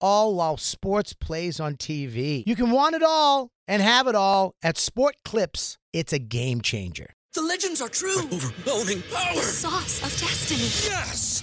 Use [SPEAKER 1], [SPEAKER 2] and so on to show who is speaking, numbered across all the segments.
[SPEAKER 1] all while sports plays on TV. You can want it all and have it all at Sport Clips. It's a game changer.
[SPEAKER 2] The legends are true.
[SPEAKER 3] Overwhelming power!
[SPEAKER 2] Sauce of destiny.
[SPEAKER 3] Yes!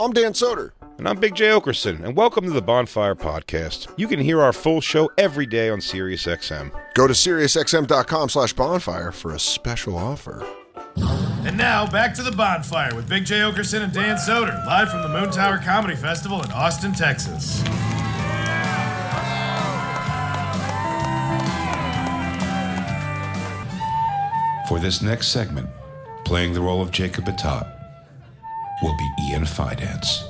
[SPEAKER 4] I'm Dan Soder.
[SPEAKER 5] And I'm Big J. Okerson, and welcome to the Bonfire Podcast. You can hear our full show every day on SiriusXM.
[SPEAKER 4] Go to SiriusXM.com slash bonfire for a special offer.
[SPEAKER 6] And now back to the bonfire with Big J. Okerson and Dan Soder, live from the Moon Tower Comedy Festival in Austin, Texas.
[SPEAKER 7] For this next segment, playing the role of Jacob Batat will be Ian Fidance.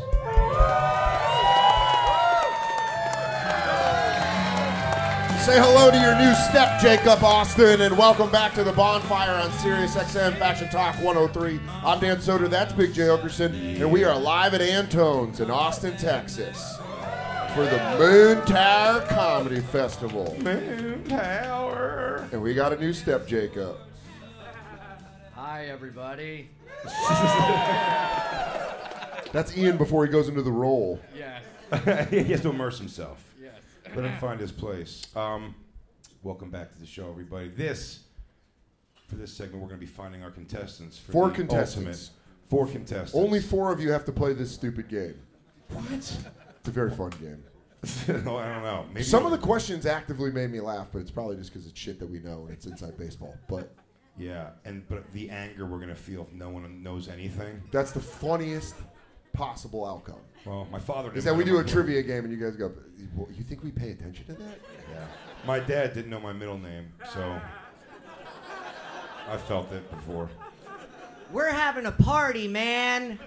[SPEAKER 8] Say hello to your new step, Jacob Austin, and welcome back to the bonfire on Sirius XM Fashion Talk 103. I'm Dan Soder, that's Big J. Okerson, and we are live at Antone's in Austin, Texas for the Moon Tower Comedy Festival. Moon Tower. And we got a new step, Jacob.
[SPEAKER 9] Hi, everybody.
[SPEAKER 8] That's Ian before he goes into the role.
[SPEAKER 9] Yes.
[SPEAKER 5] he has to immerse himself.
[SPEAKER 9] Yes.
[SPEAKER 5] Let him find his place. Um, welcome back to the show, everybody. This for this segment, we're going to be finding our contestants. For
[SPEAKER 8] Four
[SPEAKER 5] the
[SPEAKER 8] contestants.
[SPEAKER 5] ultimate- four contestants.
[SPEAKER 8] Only four of you have to play this stupid game.
[SPEAKER 5] what?
[SPEAKER 8] It's a very fun game.
[SPEAKER 5] No, I don't know. Maybe
[SPEAKER 8] Some of the questions actively made me laugh, but it's probably just because it's shit that we know and it's inside baseball. But
[SPEAKER 5] yeah, and but the anger we're going to feel if no one knows anything.
[SPEAKER 8] that's the funniest possible outcome.
[SPEAKER 5] Well, my father.
[SPEAKER 8] Is
[SPEAKER 5] didn't
[SPEAKER 8] that we
[SPEAKER 5] know
[SPEAKER 8] do
[SPEAKER 5] my
[SPEAKER 8] a
[SPEAKER 5] middle-
[SPEAKER 8] trivia game and you guys go, "Well, you think we pay attention to that?
[SPEAKER 5] Yeah. My dad didn't know my middle name, so I felt that before.
[SPEAKER 9] We're having a party, man.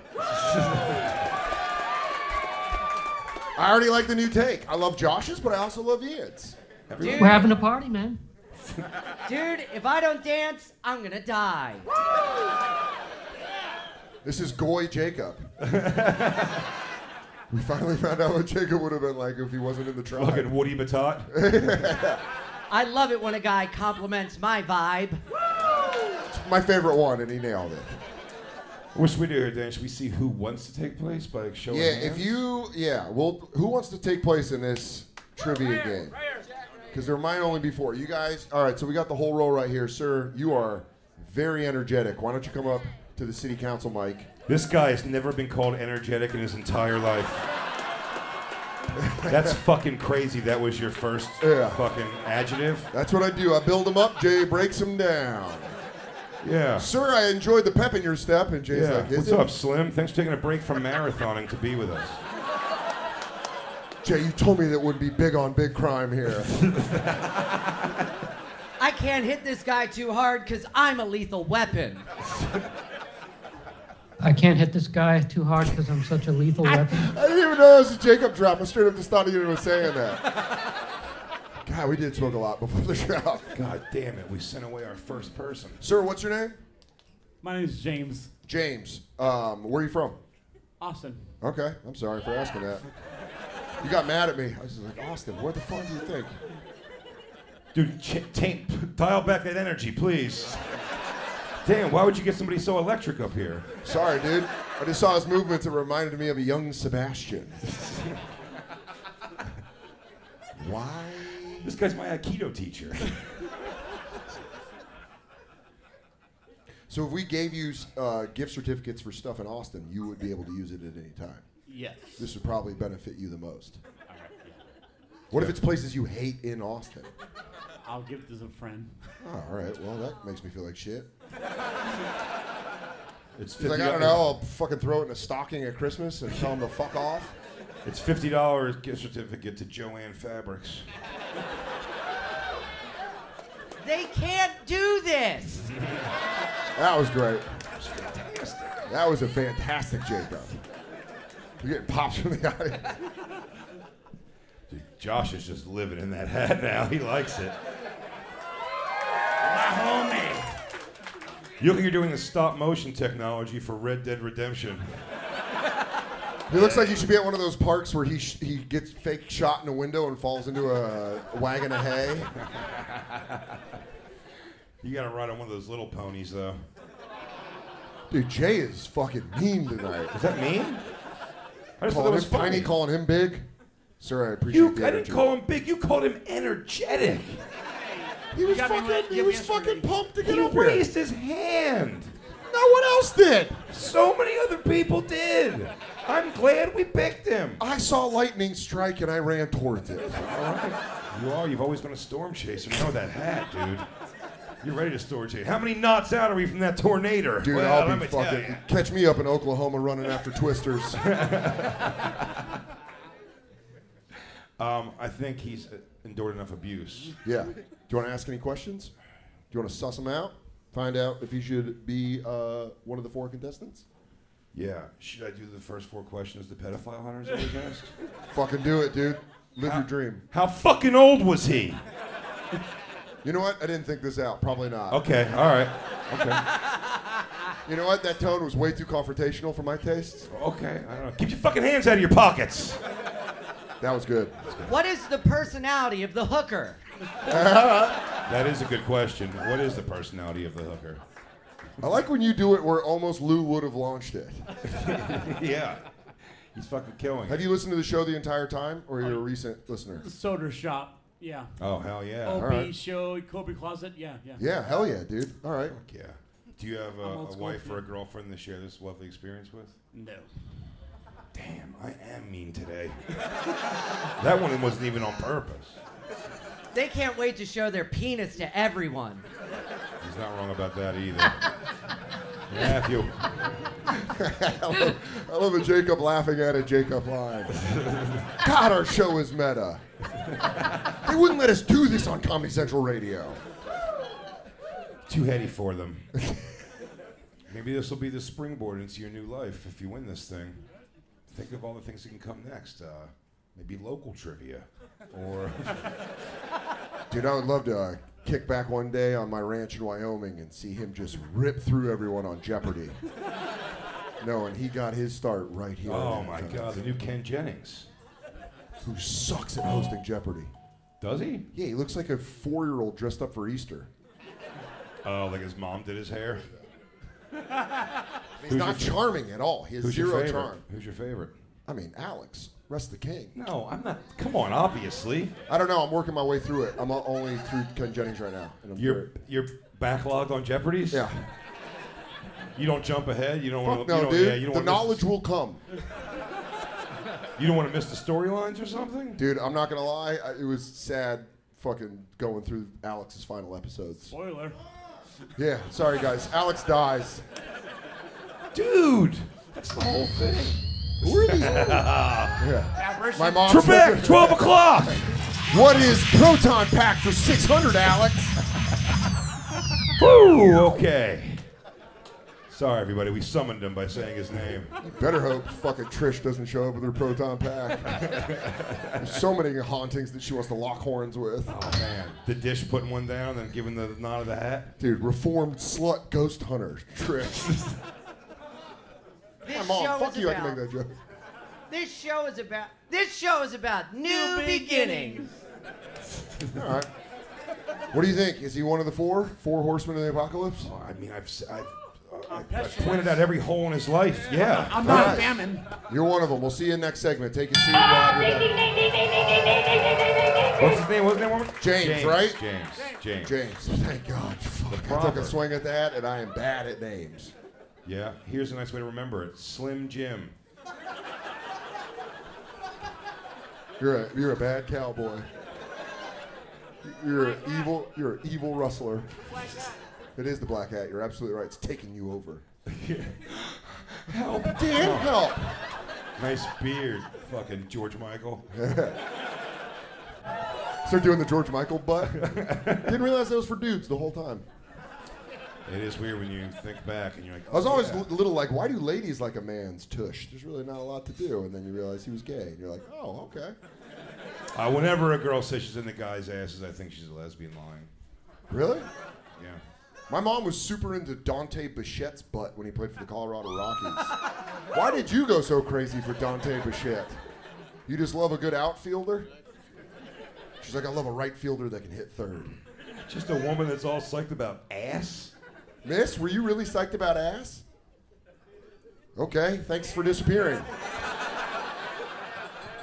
[SPEAKER 8] I already like the new take. I love Josh's, but I also love Ian's.
[SPEAKER 9] Dude,
[SPEAKER 10] We're having a party, man.
[SPEAKER 9] dude, if I don't dance, I'm gonna die.
[SPEAKER 8] This is Goy Jacob. we finally found out what Jacob would have been like if he wasn't in the
[SPEAKER 5] Look at
[SPEAKER 8] tribe.
[SPEAKER 5] Woody Batat.
[SPEAKER 9] I love it when a guy compliments my vibe.
[SPEAKER 8] My favorite one, and he nailed it.
[SPEAKER 5] What should we do here, Dan? Should we see who wants to take place by showing
[SPEAKER 8] Yeah,
[SPEAKER 5] hands?
[SPEAKER 8] if you, yeah, well, who wants to take place in this trivia game? Because there might only be four. You guys, all right, so we got the whole row right here. Sir, you are very energetic. Why don't you come up to the city council mic?
[SPEAKER 5] This guy has never been called energetic in his entire life. That's fucking crazy. That was your first
[SPEAKER 8] Yeah.
[SPEAKER 5] fucking adjective.
[SPEAKER 8] That's what I do. I build them up, Jay breaks them down.
[SPEAKER 5] Yeah.
[SPEAKER 8] Sir, I enjoyed the pep in your step, and Jay's
[SPEAKER 5] yeah.
[SPEAKER 8] like, is
[SPEAKER 5] What's
[SPEAKER 8] it?
[SPEAKER 5] up, Slim? Thanks for taking a break from marathoning to be with us.
[SPEAKER 8] Jay, you told me that would be big on big crime here.
[SPEAKER 9] I can't hit this guy too hard because I'm a lethal weapon.
[SPEAKER 10] I can't hit this guy too hard because I'm such a lethal weapon.
[SPEAKER 8] I didn't even know that was a Jacob drop. I straight up just thought Ian was saying that. God, we did smoke a lot before the show.
[SPEAKER 5] God damn it. We sent away our first person.
[SPEAKER 8] Sir, what's your name?
[SPEAKER 11] My name is James
[SPEAKER 8] James. Um, where are you from?
[SPEAKER 11] Austin.
[SPEAKER 8] Okay, I'm sorry for asking that. You got mad at me. I was just like, Austin, what the fuck do you think?
[SPEAKER 5] Dude, ch- taint, dial back that energy, please. Damn, why would you get somebody so electric up here?
[SPEAKER 8] Sorry, dude. I just saw his movements. It reminded me of a young Sebastian. Why?
[SPEAKER 5] This guy's my Aikido teacher.
[SPEAKER 8] So if we gave you uh, gift certificates for stuff in Austin, you would be able to use it at any time.
[SPEAKER 11] Yes.
[SPEAKER 8] This would probably benefit you the most. What if it's places you hate in Austin?
[SPEAKER 11] I'll give this a friend.
[SPEAKER 8] Oh, all right. Well, that makes me feel like shit.
[SPEAKER 5] It's
[SPEAKER 8] He's like, I don't know. I'll fucking throw it in a stocking at Christmas and tell him to fuck off.
[SPEAKER 5] It's fifty dollars gift certificate to Joanne Fabrics.
[SPEAKER 9] They can't do this.
[SPEAKER 8] That was great. That was a fantastic Jacob. You're getting pops from the audience.
[SPEAKER 5] Josh is just living in that hat now. He likes it. Yuka, you're doing the stop motion technology for Red Dead Redemption.
[SPEAKER 8] He looks like he should be at one of those parks where he sh- he gets fake shot in a window and falls into a wagon of hay.
[SPEAKER 5] You gotta ride on one of those little ponies though.
[SPEAKER 8] Dude, Jay is fucking mean tonight.
[SPEAKER 5] Is that mean? I just thought
[SPEAKER 8] Calling
[SPEAKER 5] that
[SPEAKER 8] him
[SPEAKER 5] was
[SPEAKER 8] tiny,
[SPEAKER 5] funny.
[SPEAKER 8] calling him big. Sir, I appreciate the
[SPEAKER 5] I
[SPEAKER 8] energy.
[SPEAKER 5] didn't call him big. You called him energetic.
[SPEAKER 8] He was
[SPEAKER 5] You got me
[SPEAKER 8] fucking,
[SPEAKER 5] right,
[SPEAKER 8] he
[SPEAKER 5] give
[SPEAKER 8] was
[SPEAKER 5] me
[SPEAKER 8] fucking pumped to get
[SPEAKER 5] He
[SPEAKER 8] up here.
[SPEAKER 5] raised his hand.
[SPEAKER 8] No one else did.
[SPEAKER 5] So many other people did. I'm glad we picked him.
[SPEAKER 8] I saw lightning strike and I ran towards it.
[SPEAKER 5] You are. You've always been a storm chaser. Now with that hat, dude. You're ready to storm chase. How many knots out are we from that tornado?
[SPEAKER 8] Dude,
[SPEAKER 5] Well,
[SPEAKER 8] I'll
[SPEAKER 5] let
[SPEAKER 8] be
[SPEAKER 5] me tell
[SPEAKER 8] fucking
[SPEAKER 5] ya.
[SPEAKER 8] catch me up in Oklahoma running after twisters.
[SPEAKER 5] Um, I think he's uh, endured enough abuse.
[SPEAKER 8] yeah. Do you want to ask any questions? Do you want to suss him out? Find out if he should be uh, one of the four contestants?
[SPEAKER 5] Yeah. Should I do the first four questions the pedophile hunters always ask?
[SPEAKER 8] Fucking do it, dude. Live your dream.
[SPEAKER 5] How fucking old was he?
[SPEAKER 8] You know what? I didn't think this out. Probably not.
[SPEAKER 5] Okay. All right. Okay.
[SPEAKER 8] You know what? That tone was way too confrontational for my tastes.
[SPEAKER 5] Okay. I don't know. Keep your fucking hands out of your pockets.
[SPEAKER 8] That was good.
[SPEAKER 9] What is the personality of the hooker?
[SPEAKER 5] That is a good question. What is the personality of the hooker?
[SPEAKER 8] I like when you do it where almost Lou would have launched it.
[SPEAKER 5] yeah. He's fucking killing. it.
[SPEAKER 8] Have you listened to the show the entire time, or you're a recent listener?
[SPEAKER 11] The soda shop. Yeah.
[SPEAKER 5] Oh hell yeah.
[SPEAKER 11] OB
[SPEAKER 8] all right.
[SPEAKER 11] show, Kobe Closet. Yeah, yeah.
[SPEAKER 8] Yeah, hell yeah, dude. All right.
[SPEAKER 5] Yeah. Do you have a,
[SPEAKER 11] I'm
[SPEAKER 5] a
[SPEAKER 11] old school,
[SPEAKER 5] wife or a
[SPEAKER 11] yeah.
[SPEAKER 5] girlfriend to share this lovely experience with?
[SPEAKER 11] No.
[SPEAKER 5] Damn, I am mean today. that one wasn't even on purpose.
[SPEAKER 9] They can't wait to show their penis to everyone.
[SPEAKER 5] He's not wrong about that either. Matthew.
[SPEAKER 8] I love a Jacob laughing at a Jacob line. God, our show is meta. They wouldn't let us do this on Comedy Central Radio.
[SPEAKER 5] Too heady for them. Maybe this will be the springboard into your new life if you win this thing. Think of all the things that can come next. Uh, maybe local trivia. Or
[SPEAKER 8] Dude, I would love to uh, kick back one day on my ranch in Wyoming and see him just rip through everyone on Jeopardy. No, and he got his start right here. uh,
[SPEAKER 5] Oh my god, the new Ken Jennings.
[SPEAKER 8] Who sucks at hosting Jeopardy.
[SPEAKER 5] Does he?
[SPEAKER 8] Yeah, he looks like a four year old dressed up for Easter.
[SPEAKER 5] Oh, like his mom did his hair.
[SPEAKER 8] He's not charming at all. He has
[SPEAKER 5] Who's your
[SPEAKER 8] zero
[SPEAKER 5] favorite?
[SPEAKER 8] charm.
[SPEAKER 5] Who's your favorite?
[SPEAKER 8] I mean, Alex, rest the king.
[SPEAKER 5] No, I'm not. Come on, obviously.
[SPEAKER 8] I don't know. I'm working my way through it. I'm o- only through Ken Jennings right now. And I'm
[SPEAKER 5] You're
[SPEAKER 8] very-
[SPEAKER 5] you're backlogged on Jeopardy's.
[SPEAKER 8] yeah.
[SPEAKER 5] You don't jump ahead. You don't want
[SPEAKER 8] Fuck
[SPEAKER 5] to. you
[SPEAKER 8] no,
[SPEAKER 5] don't,
[SPEAKER 8] dude.
[SPEAKER 5] Yeah, you don't wanna
[SPEAKER 8] the
[SPEAKER 5] miss-
[SPEAKER 8] knowledge will come,
[SPEAKER 5] you don't want to miss the storylines or something.
[SPEAKER 8] dude. I'm not gonna lie. I, it was sad, fucking going through Alex's final episodes.
[SPEAKER 11] Spoiler.
[SPEAKER 8] Yeah. Sorry, guys. Alex dies.
[SPEAKER 5] Dude, that's the whole thing.
[SPEAKER 8] Where are these? yeah. My mom.
[SPEAKER 5] Trebek, twelve o'clock.
[SPEAKER 8] What is proton pack for 600, Alex?
[SPEAKER 5] Woo. Okay. Sorry, everybody. We summoned him by saying his name.
[SPEAKER 8] Better hope fucking Trish doesn't show up with her proton pack. There's so many hauntings that she wants to lock horns with.
[SPEAKER 5] Man, the dish putting one down, then giving the nod of the hat.
[SPEAKER 8] Dude, reformed slut ghost hunter Trish.
[SPEAKER 9] This
[SPEAKER 8] Come on,
[SPEAKER 9] show
[SPEAKER 8] fuck
[SPEAKER 9] is
[SPEAKER 8] you, I
[SPEAKER 9] about.
[SPEAKER 8] can make that joke.
[SPEAKER 9] This show is about. This show is about new, beginnings.
[SPEAKER 8] All right. What do you think? Is he one of the four? Four horsemen of the apocalypse?
[SPEAKER 5] Oh, I mean, I've s- I've, I've, I've
[SPEAKER 11] pestilence.
[SPEAKER 5] pointed out every hole in his life. Yeah.
[SPEAKER 11] I'm not
[SPEAKER 8] Alright.
[SPEAKER 11] a famine.
[SPEAKER 8] You're one of them. We'll see you in next segment. Take your seat. Rob. You're back.
[SPEAKER 5] What's his name? What's his name?
[SPEAKER 8] James, right?
[SPEAKER 5] James. James.
[SPEAKER 8] James, thank God. Fuck, I took
[SPEAKER 5] proper.
[SPEAKER 8] a swing at that, and I am bad at names.
[SPEAKER 5] Yeah. Here's a nice way to remember it. Slim Jim.
[SPEAKER 8] You're a, you're a bad cowboy. You're an evil. You're an evil rustler. It is the black hat. You're absolutely right. It's taking you over. help, Dan!
[SPEAKER 5] Oh.
[SPEAKER 8] Help!
[SPEAKER 5] Nice beard, fucking George Michael.
[SPEAKER 8] Start doing the George Michael butt. Didn't realize that was for dudes the whole time.
[SPEAKER 5] It is weird when you think back and you're like,
[SPEAKER 8] I was
[SPEAKER 5] oh,
[SPEAKER 8] always
[SPEAKER 5] yeah.
[SPEAKER 8] a little like, why do ladies like a man's tush? There's really not a lot to do. And then you realize he was gay, and you're like, oh, okay.
[SPEAKER 5] Uh, whenever a girl says she's in the guy's asses, I think she's a lesbian lying.
[SPEAKER 8] Really?
[SPEAKER 5] Yeah.
[SPEAKER 8] My mom was super into Dante Bichette's butt when he played for the Colorado Rockies. Why did you go so crazy for Dante Bichette? You just love a good outfielder? She's like, I love a right fielder that can hit third.
[SPEAKER 5] Just a woman that's all psyched about ass?
[SPEAKER 8] Miss, were you really psyched about ass? Okay, thanks for disappearing.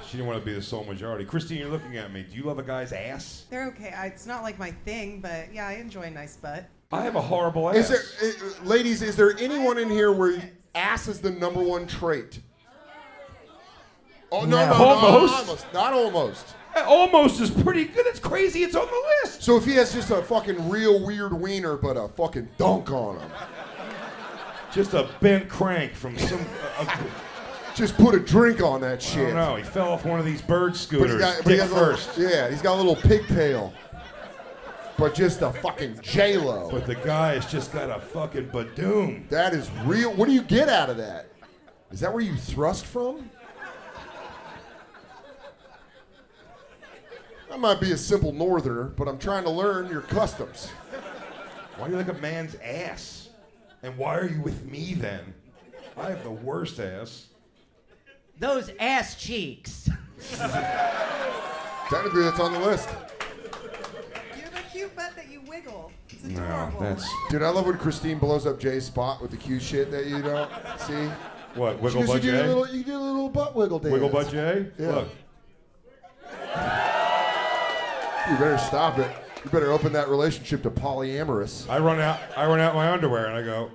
[SPEAKER 5] She didn't want to be the sole majority. Christine, you're looking at me. Do you love a guy's ass?
[SPEAKER 12] They're okay. I, it's not like my thing, but yeah, I enjoy a nice butt.
[SPEAKER 5] I have a horrible
[SPEAKER 8] Is
[SPEAKER 5] ass.
[SPEAKER 8] there, uh, ladies, is there anyone in here where ass is the number one trait? Oh no,
[SPEAKER 5] Yeah.
[SPEAKER 8] no, no,
[SPEAKER 5] Almost.
[SPEAKER 8] almost, not almost.
[SPEAKER 5] Almost is pretty good. It's crazy. It's on the list.
[SPEAKER 8] So if he has just a fucking real weird wiener, but a fucking dunk on him,
[SPEAKER 5] just a bent crank from some.
[SPEAKER 8] just put a drink on that shit.
[SPEAKER 5] I don't know. He fell off one of these bird
[SPEAKER 8] But
[SPEAKER 5] scooters.
[SPEAKER 8] he got- but he
[SPEAKER 5] dick
[SPEAKER 8] has a little-
[SPEAKER 5] first.
[SPEAKER 8] yeah, he's got a little pigtail, but just a fucking J Lo.
[SPEAKER 5] But the guy has just got a fucking badoom.
[SPEAKER 8] That is real. What do you get out of that? Is that where you thrust from? I might be a simple northerner, but I'm trying to learn your customs.
[SPEAKER 5] Why do you like a man's ass? And why are you with me then? I have the worst ass.
[SPEAKER 9] Those ass cheeks.
[SPEAKER 8] Technically, that's on the list.
[SPEAKER 12] You have a cute butt that you wiggle. It's
[SPEAKER 8] No,
[SPEAKER 12] adorable.
[SPEAKER 8] Dude, I love when Christine blows up Jay's spot with the cute shit that you don't see.
[SPEAKER 5] What,
[SPEAKER 8] She
[SPEAKER 5] Wiggle
[SPEAKER 8] goes,
[SPEAKER 5] Butt
[SPEAKER 8] you do a
[SPEAKER 5] Jay?
[SPEAKER 8] little- You do a little butt wiggle dance.
[SPEAKER 5] Wiggle Butt Jay?
[SPEAKER 8] Yeah.
[SPEAKER 5] Look.
[SPEAKER 8] You better stop it. You better open that relationship to polyamorous.
[SPEAKER 5] I run out I run out my underwear and I go.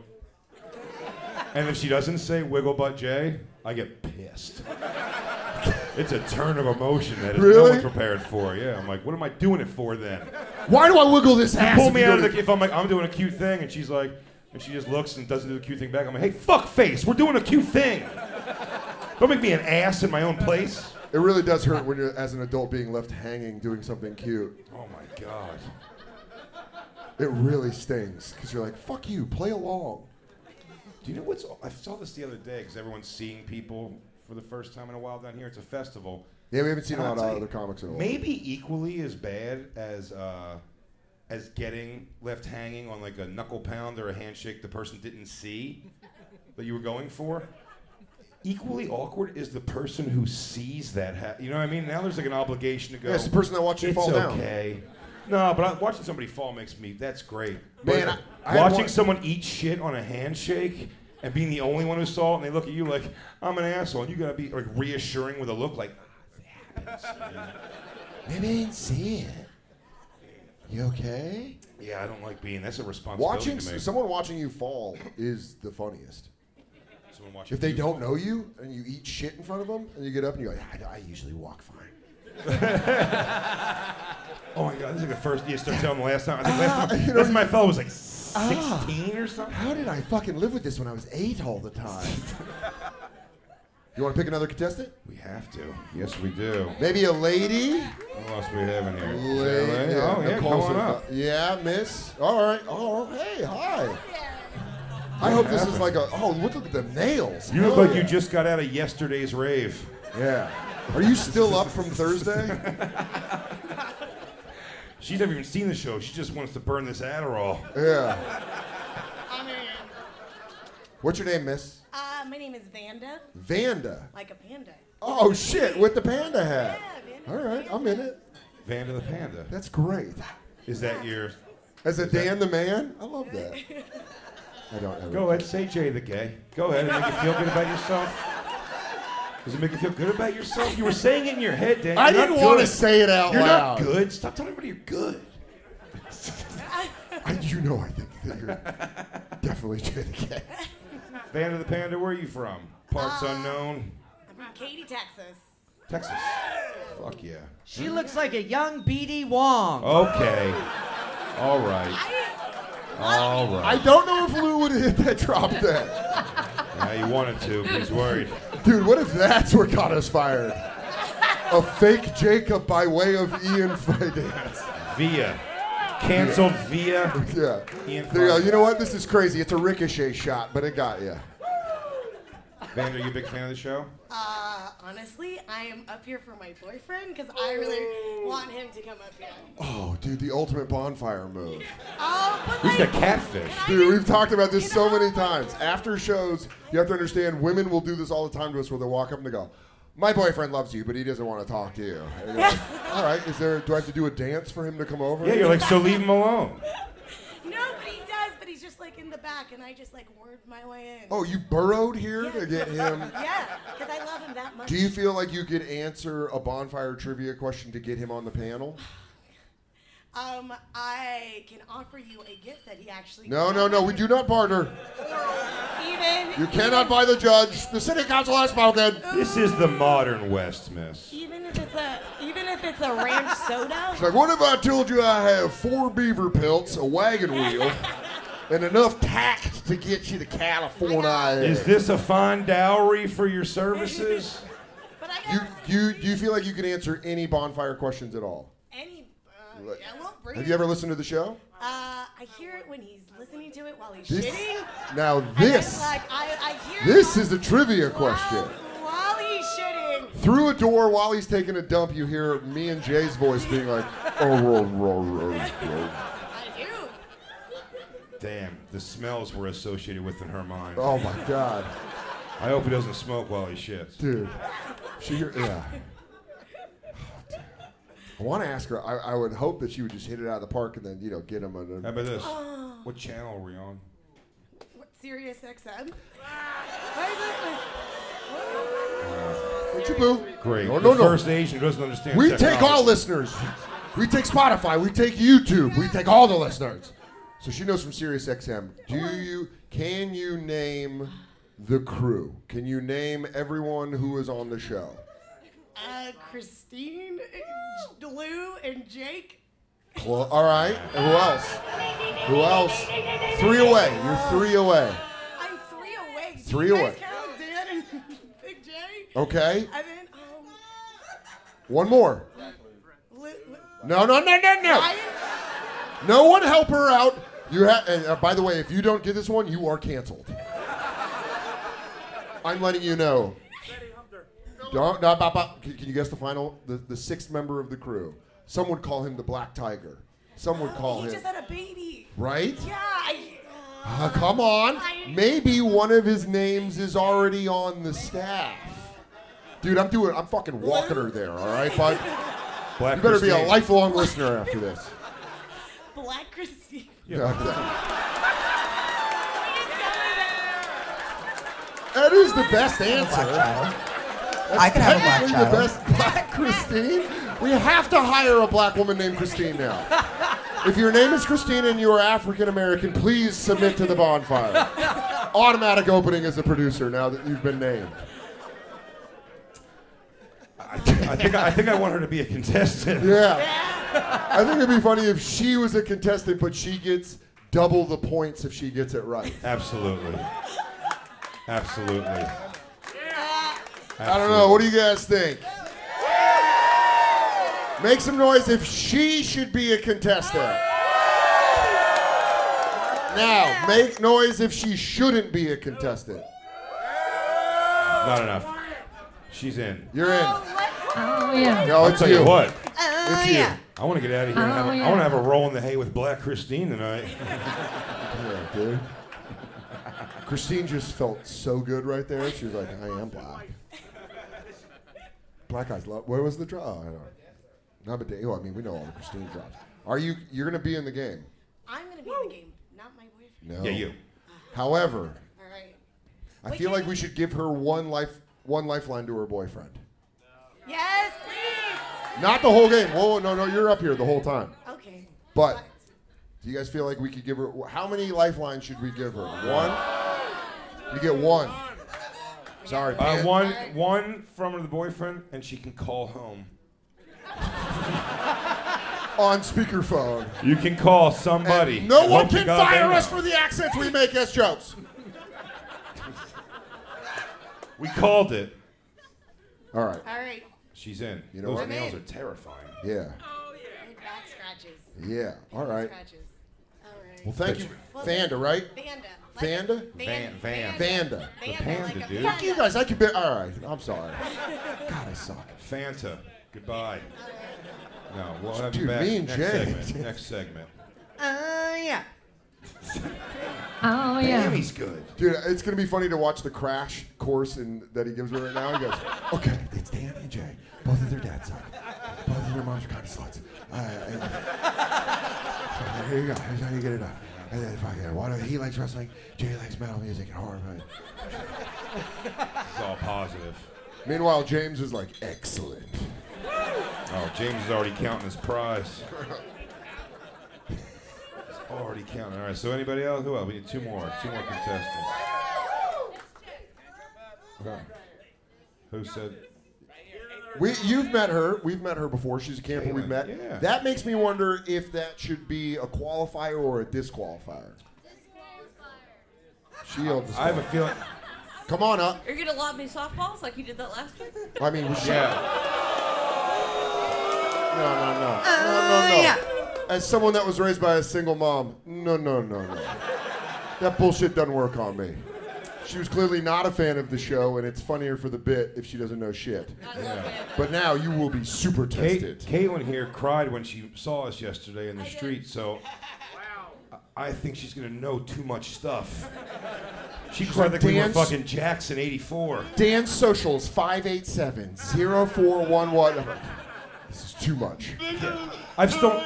[SPEAKER 5] And if she doesn't say Wiggle Butt Jay, I get pissed. It's a turn of emotion that is no
[SPEAKER 8] Really?
[SPEAKER 5] one's prepared for. Yeah, I'm like, what am I doing it for then?
[SPEAKER 8] Why do I wiggle this
[SPEAKER 5] You
[SPEAKER 8] ass?
[SPEAKER 5] pull
[SPEAKER 8] if
[SPEAKER 5] me
[SPEAKER 8] you
[SPEAKER 5] out of
[SPEAKER 8] don't-
[SPEAKER 5] the. If I'm like, I'm doing a cute thing, and she's like, and she just looks and doesn't do the cute thing back. I'm like, hey, fuck face, we're doing a cute thing. Don't make me an ass in my own place.
[SPEAKER 8] It really does hurt when you're, as an adult, being left hanging doing something cute.
[SPEAKER 5] Oh my god.
[SPEAKER 8] It really stings because you're like, fuck you, play along.
[SPEAKER 5] Do you know what's? I saw this the other day because everyone's seeing people for the first time in a while down here. It's a festival.
[SPEAKER 8] Yeah, we haven't seen a
[SPEAKER 5] And
[SPEAKER 8] lot
[SPEAKER 5] I'll
[SPEAKER 8] of
[SPEAKER 5] tell you,
[SPEAKER 8] other comics in a while.
[SPEAKER 5] Maybe equally as bad as uh, as getting left hanging on like a knuckle pound or a handshake the person didn't see that you were going for. Equally awkward is the person who sees that. Ha- you know what I mean? Now there's like an obligation to go.
[SPEAKER 8] Yeah, it's the person that watched you
[SPEAKER 5] "It's
[SPEAKER 8] fall down."
[SPEAKER 5] okay. No, but I, watching somebody fall makes me. That's great. But
[SPEAKER 8] Man, I- I had
[SPEAKER 5] watching
[SPEAKER 8] one-
[SPEAKER 5] someone eat shit on a handshake and being the only one who saw it, and they look at you like I'm an asshole, and you gotta be like reassuring with a look like
[SPEAKER 8] Maybe I didn't see it. You okay?
[SPEAKER 5] Yeah, I don't like being. That's a responsibility
[SPEAKER 8] Watching
[SPEAKER 5] to me.
[SPEAKER 8] someone watching you fall is the funniest.
[SPEAKER 5] Someone watching
[SPEAKER 8] If they
[SPEAKER 5] you
[SPEAKER 8] don't
[SPEAKER 5] fall.
[SPEAKER 8] know you and you eat shit in front of them and you get up and you're like, I, I usually walk fine.
[SPEAKER 5] Oh my god, this is like the first. You start telling them last time. I think last time, last time I fell was like 16 or something.
[SPEAKER 8] How did I fucking live with this when I was eight all the time? you want to pick another contestant?
[SPEAKER 5] We have to. Yes, we do.
[SPEAKER 8] Maybe a lady?
[SPEAKER 5] What else we have in here?
[SPEAKER 8] Lady.
[SPEAKER 5] Is there a lady? Oh yeah, come
[SPEAKER 8] Nicole's
[SPEAKER 5] on
[SPEAKER 8] a-
[SPEAKER 5] up.
[SPEAKER 8] Yeah, miss. All right. Oh, hey, hi. I hope this is like a. Oh, look at the nails.
[SPEAKER 5] You look
[SPEAKER 8] Hell
[SPEAKER 5] like you
[SPEAKER 8] yeah.
[SPEAKER 5] just got out of yesterday's rave.
[SPEAKER 8] Yeah. Are you still up from Thursday?
[SPEAKER 5] She's never even seen the show. She just wants to burn this Adderall.
[SPEAKER 8] Yeah.
[SPEAKER 13] I'm in.
[SPEAKER 8] What's your name, miss?
[SPEAKER 13] Uh, my name is Vanda.
[SPEAKER 8] Vanda.
[SPEAKER 13] Like a panda.
[SPEAKER 8] Oh, shit, with the panda hat.
[SPEAKER 13] Yeah, Vanda.
[SPEAKER 8] All right, I'm in it.
[SPEAKER 5] Vanda the Panda.
[SPEAKER 8] That's great.
[SPEAKER 5] Is that your?
[SPEAKER 8] As a Dan the man, I love that. I don't ever.
[SPEAKER 5] Go ahead, say Jay the gay. Go ahead, and make you feel good about yourself. Does it make you feel good about yourself? You were saying it in your head, Dan.
[SPEAKER 8] I
[SPEAKER 5] You're not
[SPEAKER 8] didn't want to
[SPEAKER 5] good.
[SPEAKER 8] say it out
[SPEAKER 5] You're
[SPEAKER 8] loud.
[SPEAKER 5] not good. Stop telling everybody you're good.
[SPEAKER 8] I, you know, I think that you're definitely Jay the Cat.
[SPEAKER 5] Vanda the Panda, where are you from? Parts unknown.
[SPEAKER 13] I'm from Katy, Texas.
[SPEAKER 5] Texas. Fuck yeah.
[SPEAKER 9] She looks like a young BD
[SPEAKER 5] Oh,
[SPEAKER 9] Wong.
[SPEAKER 5] Okay. All right. All
[SPEAKER 8] I
[SPEAKER 5] right.
[SPEAKER 8] don't know if Lou would have hit that drop then.
[SPEAKER 5] Yeah, he wanted to, but he's worried.
[SPEAKER 8] Dude, what if that's what got us fired? A fake Jacob by way of Ian Finance.
[SPEAKER 5] Via. Canceled via. Ian
[SPEAKER 8] Yeah. There you go.
[SPEAKER 5] Finance.
[SPEAKER 8] You know what? This is crazy. It's a ricochet shot, but it got you.
[SPEAKER 5] Vander, you a big fan of the show?
[SPEAKER 13] Uh, honestly, I am up here for my boyfriend because I really want him to come up here.
[SPEAKER 8] Oh, dude, the ultimate bonfire move.
[SPEAKER 13] Oh, but
[SPEAKER 8] Who's
[SPEAKER 13] like,
[SPEAKER 8] catfish? Dude, we've talked about this so many times. After shows, you have to understand women will do this all the time to us where they'll walk up and they go, My boyfriend loves you, but he doesn't want to talk to you. And you're like, all right, is there do I have to do a dance for him to come over?
[SPEAKER 5] Yeah, you're like, so leave him alone.
[SPEAKER 13] no, but he does, but he's just like in the back, and I just like word my way in.
[SPEAKER 8] Oh, you burrowed here to get him.
[SPEAKER 13] Yeah, because I love him that much.
[SPEAKER 8] Do you feel like you could answer a bonfire trivia question to get him on the panel?
[SPEAKER 13] Um, I can offer you a gift that he actually.
[SPEAKER 8] No, no, no, we do not barter.
[SPEAKER 13] Even.
[SPEAKER 8] You cannot buy the judge. The city council has spoken.
[SPEAKER 5] This is the modern West, miss.
[SPEAKER 13] Even if it's a even if it's a ranch soda.
[SPEAKER 8] It's like, what if I told you I have four beaver pelts, a wagon wheel, and enough tact to get you to California?
[SPEAKER 5] Is this a fine dowry for your services?
[SPEAKER 8] you, you, do you feel like you can answer any bonfire questions at all?
[SPEAKER 13] Any. Uh,
[SPEAKER 8] Like,
[SPEAKER 13] yeah, well, bring
[SPEAKER 8] have
[SPEAKER 13] it.
[SPEAKER 8] you ever listened to the show?
[SPEAKER 13] Uh, I hear it when he's listening to it while he's
[SPEAKER 8] This-
[SPEAKER 13] shitting.
[SPEAKER 8] Now
[SPEAKER 13] And
[SPEAKER 8] this,
[SPEAKER 13] it's like I, I hear
[SPEAKER 8] this
[SPEAKER 13] it
[SPEAKER 8] is a trivia question.
[SPEAKER 13] while, while he's shitting.
[SPEAKER 8] Through a door while he's taking a dump, you hear me and Jay's voice being like, oh, ro, ro, ro, ro.
[SPEAKER 13] I do.
[SPEAKER 5] Damn, the smells were associated with in her mind.
[SPEAKER 8] oh my god,
[SPEAKER 5] I hope he doesn't smoke while he shits.
[SPEAKER 8] dude. She, yeah. I want to ask her. I, I would hope that she would just hit it out of the park and then you know get him. Under,
[SPEAKER 5] How about this?
[SPEAKER 10] Oh.
[SPEAKER 5] What channel are we on?
[SPEAKER 13] What, Sirius XM?
[SPEAKER 8] What you boo?
[SPEAKER 5] Great.
[SPEAKER 8] No,
[SPEAKER 5] No,
[SPEAKER 8] no,
[SPEAKER 5] no,
[SPEAKER 8] no.
[SPEAKER 5] First Asian who doesn't understand.
[SPEAKER 8] We take all
[SPEAKER 5] technology.
[SPEAKER 8] listeners. We take Spotify. We take YouTube. We take all the listeners. So she knows from Sirius XM. Do you can you name the crew? Can you name everyone who is on the show?
[SPEAKER 13] Uh, Christine, and J- Lou, and Jake.
[SPEAKER 8] Well, all right. And who else? Who else? Three away. You're three away.
[SPEAKER 13] I'm three away. Do you
[SPEAKER 8] Three
[SPEAKER 13] guys
[SPEAKER 8] away.
[SPEAKER 13] count Dan and Big J.
[SPEAKER 8] Okay.
[SPEAKER 13] And then um,
[SPEAKER 8] One more.
[SPEAKER 13] Lou, Lou-
[SPEAKER 8] No, no, no, no, no. No one help her out. You have. And, uh, by the way, if you don't get this one, you are canceled. I'm letting you know. Don't, no, bop, bop. Can, can you guess the final? The, the sixth member of the crew. Some would call him the Black Tiger. Some would call
[SPEAKER 13] he
[SPEAKER 8] him.
[SPEAKER 13] just had a baby.
[SPEAKER 8] Right?
[SPEAKER 13] Yeah. I,
[SPEAKER 8] Ah, come on. Maybe one of his names is already on the staff. Dude, I'm doing. I'm fucking walking her there. All right, bud.
[SPEAKER 5] Black
[SPEAKER 8] you better be a
[SPEAKER 5] Christine.
[SPEAKER 8] lifelong listener after this.
[SPEAKER 13] Black Christine.
[SPEAKER 8] That is the best answer.
[SPEAKER 14] I could have a black
[SPEAKER 8] technically
[SPEAKER 14] child.
[SPEAKER 8] the best black Christine. We have to hire a black woman named Christine now. If your name is Christine and you are African American, please submit to the bonfire. Automatic opening as a producer now that you've been named.
[SPEAKER 5] I think I think I want her to be a contestant.
[SPEAKER 8] Yeah. I think it'd be funny if she was a contestant, but she gets double the points if she gets it right.
[SPEAKER 5] Absolutely. Absolutely.
[SPEAKER 8] I don't know. What do you guys think? Make some noise if she should be a contestant. Now, make noise if she shouldn't be a contestant.
[SPEAKER 5] Not enough. She's in.
[SPEAKER 8] You're in.
[SPEAKER 10] Oh, yeah.
[SPEAKER 8] No,
[SPEAKER 5] I'll
[SPEAKER 8] it's
[SPEAKER 5] tell you
[SPEAKER 8] you.
[SPEAKER 5] what.
[SPEAKER 8] It's you.
[SPEAKER 5] I want to get out of here. and have a,
[SPEAKER 10] Oh,
[SPEAKER 5] I want
[SPEAKER 10] yeah.
[SPEAKER 5] to have a roll in the hay with Black Christine tonight.
[SPEAKER 8] Oh. Yeah, dude. Christine just felt so good right there. She was like, I am black. Black eyes love. Where was the draw? Oh, I don't know. Not a day. Oh, I mean, we know all the Christine drops. Are you? You're gonna be in the game.
[SPEAKER 13] I'm gonna be in the game, not my boyfriend.
[SPEAKER 8] No.
[SPEAKER 5] Yeah, you.
[SPEAKER 8] However,
[SPEAKER 13] All right.
[SPEAKER 8] I
[SPEAKER 13] Wait,
[SPEAKER 8] feel
[SPEAKER 13] can
[SPEAKER 8] like we should give her one life, one lifeline to her boyfriend.
[SPEAKER 13] Yes, please.
[SPEAKER 8] Not the whole game. Whoa, no, no, you're up here the whole time.
[SPEAKER 13] Okay.
[SPEAKER 8] But do you guys feel like we could give her? How many lifelines should we give her? One. You get one. Sorry,
[SPEAKER 5] Uh,
[SPEAKER 8] man.
[SPEAKER 5] one, one from the boyfriend, and she can call home.
[SPEAKER 8] On speakerphone.
[SPEAKER 5] You can call somebody.
[SPEAKER 8] And no one
[SPEAKER 5] Hope to
[SPEAKER 8] can
[SPEAKER 5] God
[SPEAKER 8] fire
[SPEAKER 5] they-
[SPEAKER 8] us for the accents we make as jokes.
[SPEAKER 5] We called it.
[SPEAKER 8] All right.
[SPEAKER 13] All right.
[SPEAKER 5] She's in.
[SPEAKER 8] You know
[SPEAKER 5] Those
[SPEAKER 8] what?
[SPEAKER 5] nails are terrifying.
[SPEAKER 8] Yeah.
[SPEAKER 13] Back scratches.
[SPEAKER 8] Yeah. All right.
[SPEAKER 13] Scratches. All right.
[SPEAKER 8] Well, thank you. Vanda, right?
[SPEAKER 13] Vanda. Like
[SPEAKER 8] Vanda?
[SPEAKER 13] a- Van- Van-
[SPEAKER 8] Vanda.
[SPEAKER 13] Vanda, The panda, like a dude.
[SPEAKER 8] Fuck you guys. I can be. All right. I'm sorry. God, I suck.
[SPEAKER 5] Fanta. Goodbye. No, we'll have you
[SPEAKER 8] Dude,
[SPEAKER 5] back
[SPEAKER 8] me and
[SPEAKER 5] next
[SPEAKER 8] Jay.
[SPEAKER 5] segment. Next segment.
[SPEAKER 8] Uh,
[SPEAKER 9] Oh, yeah.
[SPEAKER 10] Oh,
[SPEAKER 8] Damn,
[SPEAKER 10] yeah.
[SPEAKER 8] he's good. Dude, it's going to be funny to watch the crash course in, that he gives me right now. He goes, okay, it's Dan and Jay. Both of their dads suck. Both of their moms are kind of sluts. Uh, uh, so here you go. Here's how you get it up. And then fucking, why do he likes wrestling? Jay likes metal music and horror movies.
[SPEAKER 5] It's all positive.
[SPEAKER 8] Meanwhile, James is like, excellent.
[SPEAKER 5] Oh, James is already counting his prize. He's already counting. All right. So anybody else? Who else? We need two more. Two more contestants.
[SPEAKER 8] Okay.
[SPEAKER 5] Who said?
[SPEAKER 8] We, you've met her. We've met her before. She's a camper we've met.
[SPEAKER 5] yeah.
[SPEAKER 8] That makes me wonder if that should be a qualifier or a disqualifier. She yelled
[SPEAKER 5] I have a feeling.
[SPEAKER 8] Come on up.
[SPEAKER 15] Are you gonna lob me softballs like you did that last week?
[SPEAKER 8] I mean, was she?
[SPEAKER 5] Yeah.
[SPEAKER 8] No, no, no. no, no, no. As someone that was raised by a single mom, no, no, no, no. That bullshit doesn't work on me. She was clearly not a fan of the show, and it's funnier for the bit if she doesn't know shit.
[SPEAKER 5] Yeah.
[SPEAKER 8] But now you will be super
[SPEAKER 5] Kate,
[SPEAKER 8] tested.
[SPEAKER 5] Caitlin here cried when she saw us yesterday in the street, so I I think she's gonna know too much stuff. She cried
[SPEAKER 8] like,
[SPEAKER 5] like we were
[SPEAKER 8] "Dance."
[SPEAKER 5] fucking Jackson '84.
[SPEAKER 8] Dan's socials 587 0411. I'm like, This is too much.
[SPEAKER 5] I've still.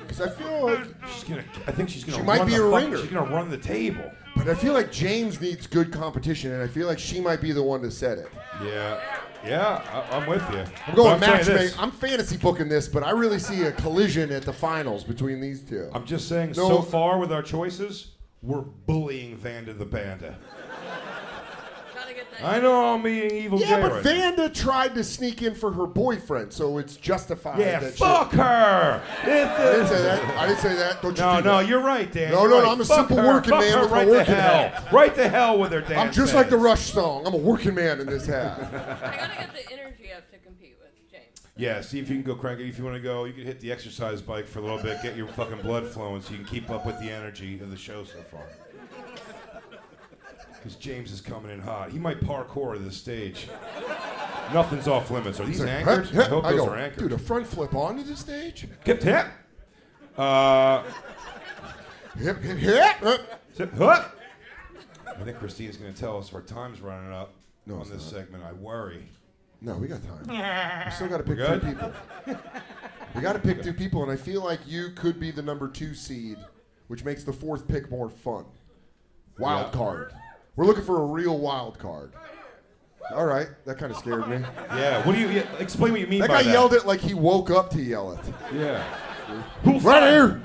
[SPEAKER 8] Because I feel like
[SPEAKER 5] she's gonna. I think she's gonna.
[SPEAKER 8] She might
[SPEAKER 5] run
[SPEAKER 8] be
[SPEAKER 5] the
[SPEAKER 8] a
[SPEAKER 5] fuck-
[SPEAKER 8] ringer.
[SPEAKER 5] She's gonna run the table.
[SPEAKER 8] But I feel like James needs good competition, and I feel like she might be the one to set it.
[SPEAKER 5] Yeah, yeah, I, I'm with you.
[SPEAKER 8] I'm
[SPEAKER 5] But I'll
[SPEAKER 8] going
[SPEAKER 5] tell you
[SPEAKER 8] matchmaking.
[SPEAKER 5] this,
[SPEAKER 8] I'm fantasy booking this, but I really see a collision at the finals between these two.
[SPEAKER 5] I'm just saying.
[SPEAKER 8] No.
[SPEAKER 5] So far with our choices, we're bullying Vanda the Banda. I know I'm being evil.
[SPEAKER 8] yeah,
[SPEAKER 5] Jay
[SPEAKER 8] but
[SPEAKER 5] right now.
[SPEAKER 8] Vanda tried to sneak in for her boyfriend, so it's justified.
[SPEAKER 5] Yeah,
[SPEAKER 8] that she-
[SPEAKER 5] fuck her.
[SPEAKER 8] I didn't say that. I didn't say that. Don't you?
[SPEAKER 5] No,
[SPEAKER 8] do
[SPEAKER 5] no,
[SPEAKER 8] that.
[SPEAKER 5] you're right, Dan.
[SPEAKER 8] No,
[SPEAKER 5] You're
[SPEAKER 8] no,
[SPEAKER 5] right.
[SPEAKER 8] no, I'm a
[SPEAKER 5] Fuck
[SPEAKER 8] simple
[SPEAKER 5] her.
[SPEAKER 8] working
[SPEAKER 5] Fuck
[SPEAKER 8] man
[SPEAKER 5] her
[SPEAKER 8] with a
[SPEAKER 5] right to
[SPEAKER 8] working
[SPEAKER 5] hell.
[SPEAKER 8] hat.
[SPEAKER 5] Right to hell with her, Dan.
[SPEAKER 8] I'm just like the Rush song. I'm a working man in this hat.
[SPEAKER 15] I gotta get the energy up to compete with James.
[SPEAKER 5] Yeah, see if you can go crank it. If you want to go, you can hit the exercise bike for a little bit, get your fucking blood flowing so you can keep up with the energy of the show so far. Because James is coming in hot. He might parkour to the stage. Nothing's off limits. Are these
[SPEAKER 8] Like,
[SPEAKER 5] anchors?
[SPEAKER 8] huh,
[SPEAKER 5] I
[SPEAKER 8] huh.
[SPEAKER 5] hope
[SPEAKER 8] I
[SPEAKER 5] those
[SPEAKER 8] go,
[SPEAKER 5] are anchors.
[SPEAKER 8] Dude, a front flip onto the stage?
[SPEAKER 5] Hip tap. Uh,
[SPEAKER 8] hip hip Uh. hip.
[SPEAKER 5] Zip, huh? I think Christine's going to tell us our time's running up on this segment. I worry.
[SPEAKER 8] No, we got time. We still got to
[SPEAKER 5] We're
[SPEAKER 8] pick two
[SPEAKER 5] good?
[SPEAKER 8] people. We got to pick two people, and I feel like you could be the number two seed, which makes the fourth pick more fun. Wild
[SPEAKER 5] Yeah.
[SPEAKER 8] card. We're looking for a real wild card. All right, that kind of scared me.
[SPEAKER 5] Yeah. What do you yeah, explain? What you mean
[SPEAKER 8] That
[SPEAKER 5] by
[SPEAKER 8] guy
[SPEAKER 5] that?
[SPEAKER 8] yelled it like he woke up to yell it.
[SPEAKER 5] Yeah.
[SPEAKER 8] right here.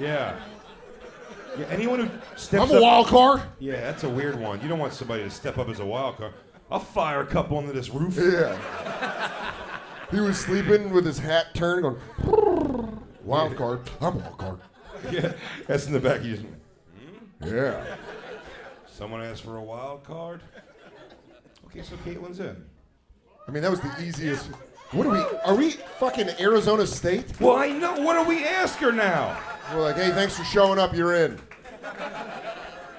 [SPEAKER 5] Yeah. Yeah. Anyone who steps
[SPEAKER 8] I'm a
[SPEAKER 5] up-
[SPEAKER 8] wild card.
[SPEAKER 5] Yeah, that's a weird one. You don't want somebody to step up as a wild card. I'll fire a couple onto this roof.
[SPEAKER 8] Yeah. He was sleeping with his hat turned, going wild card. I'm a wild card.
[SPEAKER 5] yeah. That's in the back. You just,
[SPEAKER 8] Yeah.
[SPEAKER 5] someone asked for a wild card. Okay, so Caitlin's in.
[SPEAKER 8] I mean, that was the easiest. What are we? Are we fucking Arizona State?
[SPEAKER 5] Well, I know. What do we ask her now?
[SPEAKER 8] We're like, hey, thanks for showing up. You're in.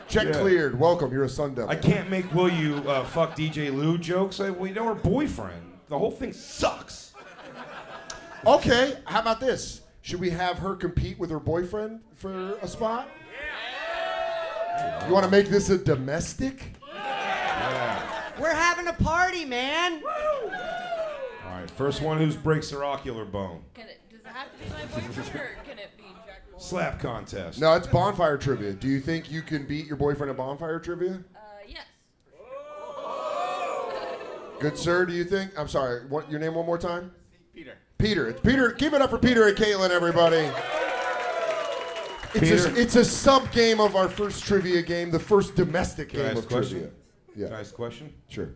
[SPEAKER 8] Check
[SPEAKER 5] Yeah.
[SPEAKER 8] cleared. Welcome. You're a Sun Devil.
[SPEAKER 5] I can't make will you uh, fuck DJ Lou jokes. I, we know her boyfriend. The whole thing sucks.
[SPEAKER 8] Okay. How about this? Should we have her compete with her boyfriend for a spot? You want to make this a domestic?
[SPEAKER 9] We're having a party, man.
[SPEAKER 5] All right, first one who breaks their ocular bone.
[SPEAKER 15] Can it? Does it have to be my boyfriend, or can it be Jack? Moore?
[SPEAKER 5] Slap contest.
[SPEAKER 8] No, it's bonfire trivia. Do you think you can beat your boyfriend at bonfire trivia?
[SPEAKER 15] Uh, yes.
[SPEAKER 8] Good sir, do you think? I'm sorry. What your name one more time?
[SPEAKER 16] Peter.
[SPEAKER 8] Peter. It's Peter. Give it up for Peter and Caitlin, everybody. It's a,
[SPEAKER 5] Peter?
[SPEAKER 8] it's a sub game of our first trivia game, the first domestic
[SPEAKER 5] Can I
[SPEAKER 8] game
[SPEAKER 5] ask
[SPEAKER 8] of
[SPEAKER 5] a question?
[SPEAKER 8] trivia. Yeah.
[SPEAKER 5] Can I ask a question?
[SPEAKER 8] Sure.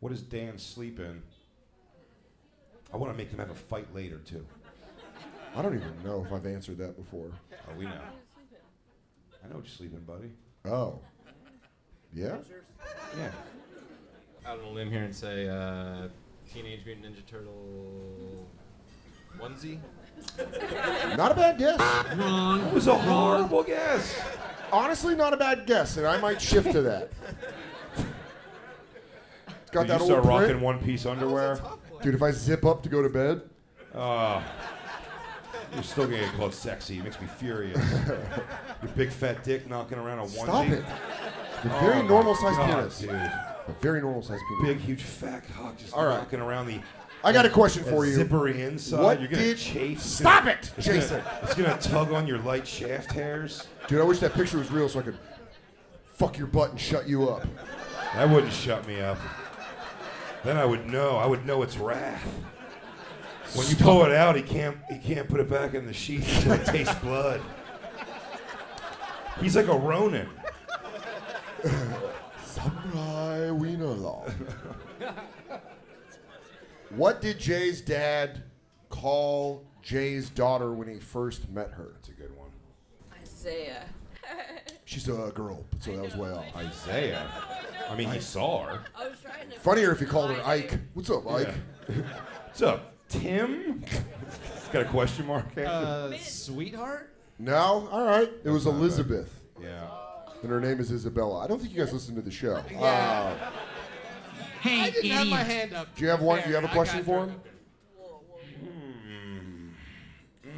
[SPEAKER 5] What does Dan sleep in? I want to make them have a fight later, too.
[SPEAKER 8] I don't even know if I've answered that before.
[SPEAKER 5] Oh, we know. I know what you're sleeping, buddy.
[SPEAKER 8] Oh. Yeah?
[SPEAKER 5] Yeah.
[SPEAKER 16] out on a limb here and say uh, Teenage Mutant Ninja Turtle onesie.
[SPEAKER 8] Not a bad guess.
[SPEAKER 16] Wrong.
[SPEAKER 8] That
[SPEAKER 16] That was a horrible guess.
[SPEAKER 8] Honestly, not a bad guess, and I might shift to that. It's got
[SPEAKER 5] Did
[SPEAKER 8] that
[SPEAKER 5] you start
[SPEAKER 8] old print.
[SPEAKER 5] rocking one piece underwear?
[SPEAKER 8] Dude, if I zip up to go to bed,
[SPEAKER 5] Oh. You're still gonna get called sexy. It makes me furious. Your big fat dick knocking around a onesie.
[SPEAKER 8] stop it. A
[SPEAKER 5] Oh
[SPEAKER 8] very
[SPEAKER 5] my
[SPEAKER 8] normal sized
[SPEAKER 5] God,
[SPEAKER 8] penis.
[SPEAKER 5] dude.
[SPEAKER 8] A very normal sized penis.
[SPEAKER 5] Big, huge fat cock just
[SPEAKER 8] All right.
[SPEAKER 5] knocking around the.
[SPEAKER 8] I got a question for you.
[SPEAKER 5] Zippery inside.
[SPEAKER 8] What
[SPEAKER 5] You're gonna
[SPEAKER 8] did-
[SPEAKER 5] chafe. It's
[SPEAKER 8] Stop
[SPEAKER 5] gonna-
[SPEAKER 8] it,
[SPEAKER 5] it's gonna-
[SPEAKER 8] Jason.
[SPEAKER 5] it's gonna tug on your light shaft hairs.
[SPEAKER 8] Dude, I wish that picture was real so I could fuck your butt and shut you up.
[SPEAKER 5] That wouldn't shut me up. Then I would know. I would know it's wrath. When you pull it out, he can't. He can't put it back in the sheath until it tastes blood. He's like a Ronin.
[SPEAKER 8] Samurai Wiener Law. what did Jay's dad call Jay's daughter when he first met her? It's a good one.
[SPEAKER 15] Isaiah.
[SPEAKER 8] She's a girl, so that was way off.
[SPEAKER 5] Isaiah. I mean, he saw her.
[SPEAKER 15] I was trying to.
[SPEAKER 8] Funnier if you called her Ike. What's up, Ike?
[SPEAKER 5] What's up, Tim? It's got a question mark. after.
[SPEAKER 16] Uh, sweetheart?
[SPEAKER 8] No, all right. It was
[SPEAKER 5] That's not
[SPEAKER 8] Elizabeth,
[SPEAKER 5] yeah.
[SPEAKER 8] and her name is Isabella. I don't think you guys listened to the show.
[SPEAKER 17] Yeah.
[SPEAKER 8] Uh,
[SPEAKER 17] Hey, I didn't have my
[SPEAKER 8] idiot.
[SPEAKER 17] hand up.
[SPEAKER 8] do you have one? Do you have a
[SPEAKER 17] Fair, I
[SPEAKER 8] question
[SPEAKER 17] got
[SPEAKER 8] for
[SPEAKER 17] you.
[SPEAKER 8] him? Hmm.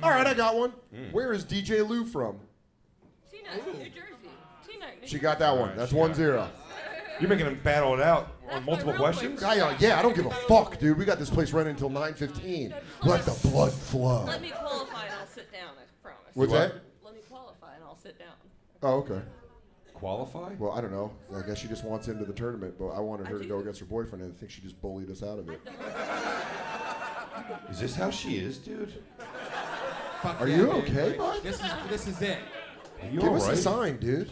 [SPEAKER 8] All right, I got one.
[SPEAKER 5] Mm.
[SPEAKER 8] Where is DJ Lou from?
[SPEAKER 15] T-Nut, New Jersey. T-Nut, New
[SPEAKER 8] She got that one.
[SPEAKER 5] Alright,
[SPEAKER 8] That's
[SPEAKER 5] she
[SPEAKER 8] one
[SPEAKER 5] got
[SPEAKER 8] zero.
[SPEAKER 5] You're making him battle it out on multiple questions.
[SPEAKER 8] I, uh, yeah, I don't give a fuck, dude. We got this place running until 9:15. Let the blood flow.
[SPEAKER 15] Let me qualify and I'll sit down, I promise.
[SPEAKER 8] What's What? that?
[SPEAKER 15] Let me qualify and I'll sit down.
[SPEAKER 8] Oh, okay.
[SPEAKER 5] Qualify?
[SPEAKER 8] Well, I don't know. I guess she just wants into the tournament, but I wanted her to go against her boyfriend, and I think she just bullied us out of it.
[SPEAKER 5] Is this how she is, dude?
[SPEAKER 17] Fuck
[SPEAKER 8] Are
[SPEAKER 17] yeah,
[SPEAKER 8] you
[SPEAKER 17] dude.
[SPEAKER 8] okay, bud?
[SPEAKER 17] This is this is it.
[SPEAKER 5] You
[SPEAKER 8] Give
[SPEAKER 5] all
[SPEAKER 8] us a
[SPEAKER 5] right?
[SPEAKER 8] sign, dude.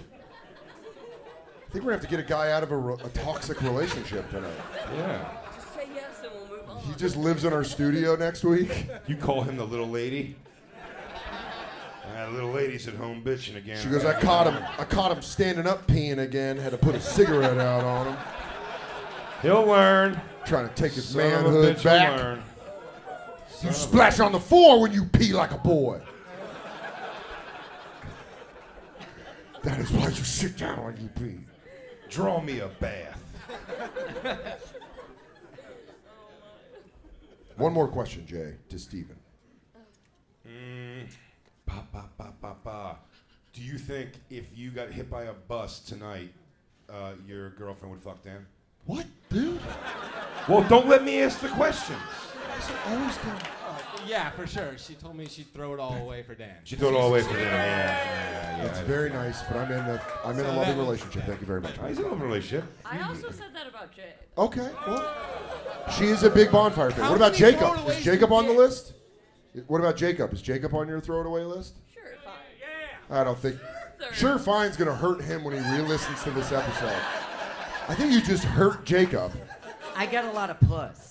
[SPEAKER 8] I think we're gonna have to get a guy out of a, ro- a toxic relationship tonight.
[SPEAKER 5] Yeah.
[SPEAKER 15] Just say yes and we'll move on.
[SPEAKER 8] He just lives in our studio next week.
[SPEAKER 5] You call him the little lady. That little lady's at home bitching again.
[SPEAKER 8] She goes, I caught him. I caught him standing up peeing again. Had to put a cigarette out on him.
[SPEAKER 5] He'll learn.
[SPEAKER 8] Trying to take his
[SPEAKER 5] Son of a
[SPEAKER 8] manhood
[SPEAKER 5] bitch,
[SPEAKER 8] back.
[SPEAKER 5] He'll learn.
[SPEAKER 8] You splash on the floor when you pee like a boy. that is why you sit down when you pee.
[SPEAKER 5] Draw me a bath.
[SPEAKER 8] One more question, Jay, to Steven.
[SPEAKER 5] Mm. Ba, ba, ba, ba, ba. Do you think if you got hit by a bus tonight, uh, your girlfriend would fuck Dan?
[SPEAKER 8] What, dude?
[SPEAKER 5] Well, don't let me ask the questions.
[SPEAKER 8] Always come.
[SPEAKER 17] yeah, for sure. She told me she'd throw it all away for Dan.
[SPEAKER 5] She threw it all away for Dan. Yeah, yeah,
[SPEAKER 8] That's
[SPEAKER 5] yeah.
[SPEAKER 8] very nice, but I'm in a I'm in a
[SPEAKER 17] So
[SPEAKER 8] loving
[SPEAKER 17] that-
[SPEAKER 8] relationship. Thank you very much.
[SPEAKER 5] He's in a loving relationship.
[SPEAKER 15] I also said that about Jay.
[SPEAKER 8] Okay, well, she is a big bonfire fan. What about Jacob? Is Jacob on the list? What about Jacob? Is Jacob on your throw it away list?
[SPEAKER 15] Sure, fine.
[SPEAKER 8] I don't think. Sure, fine's gonna hurt him when he re-listens to this episode. I think you just hurt Jacob.
[SPEAKER 9] I got a lot of puss.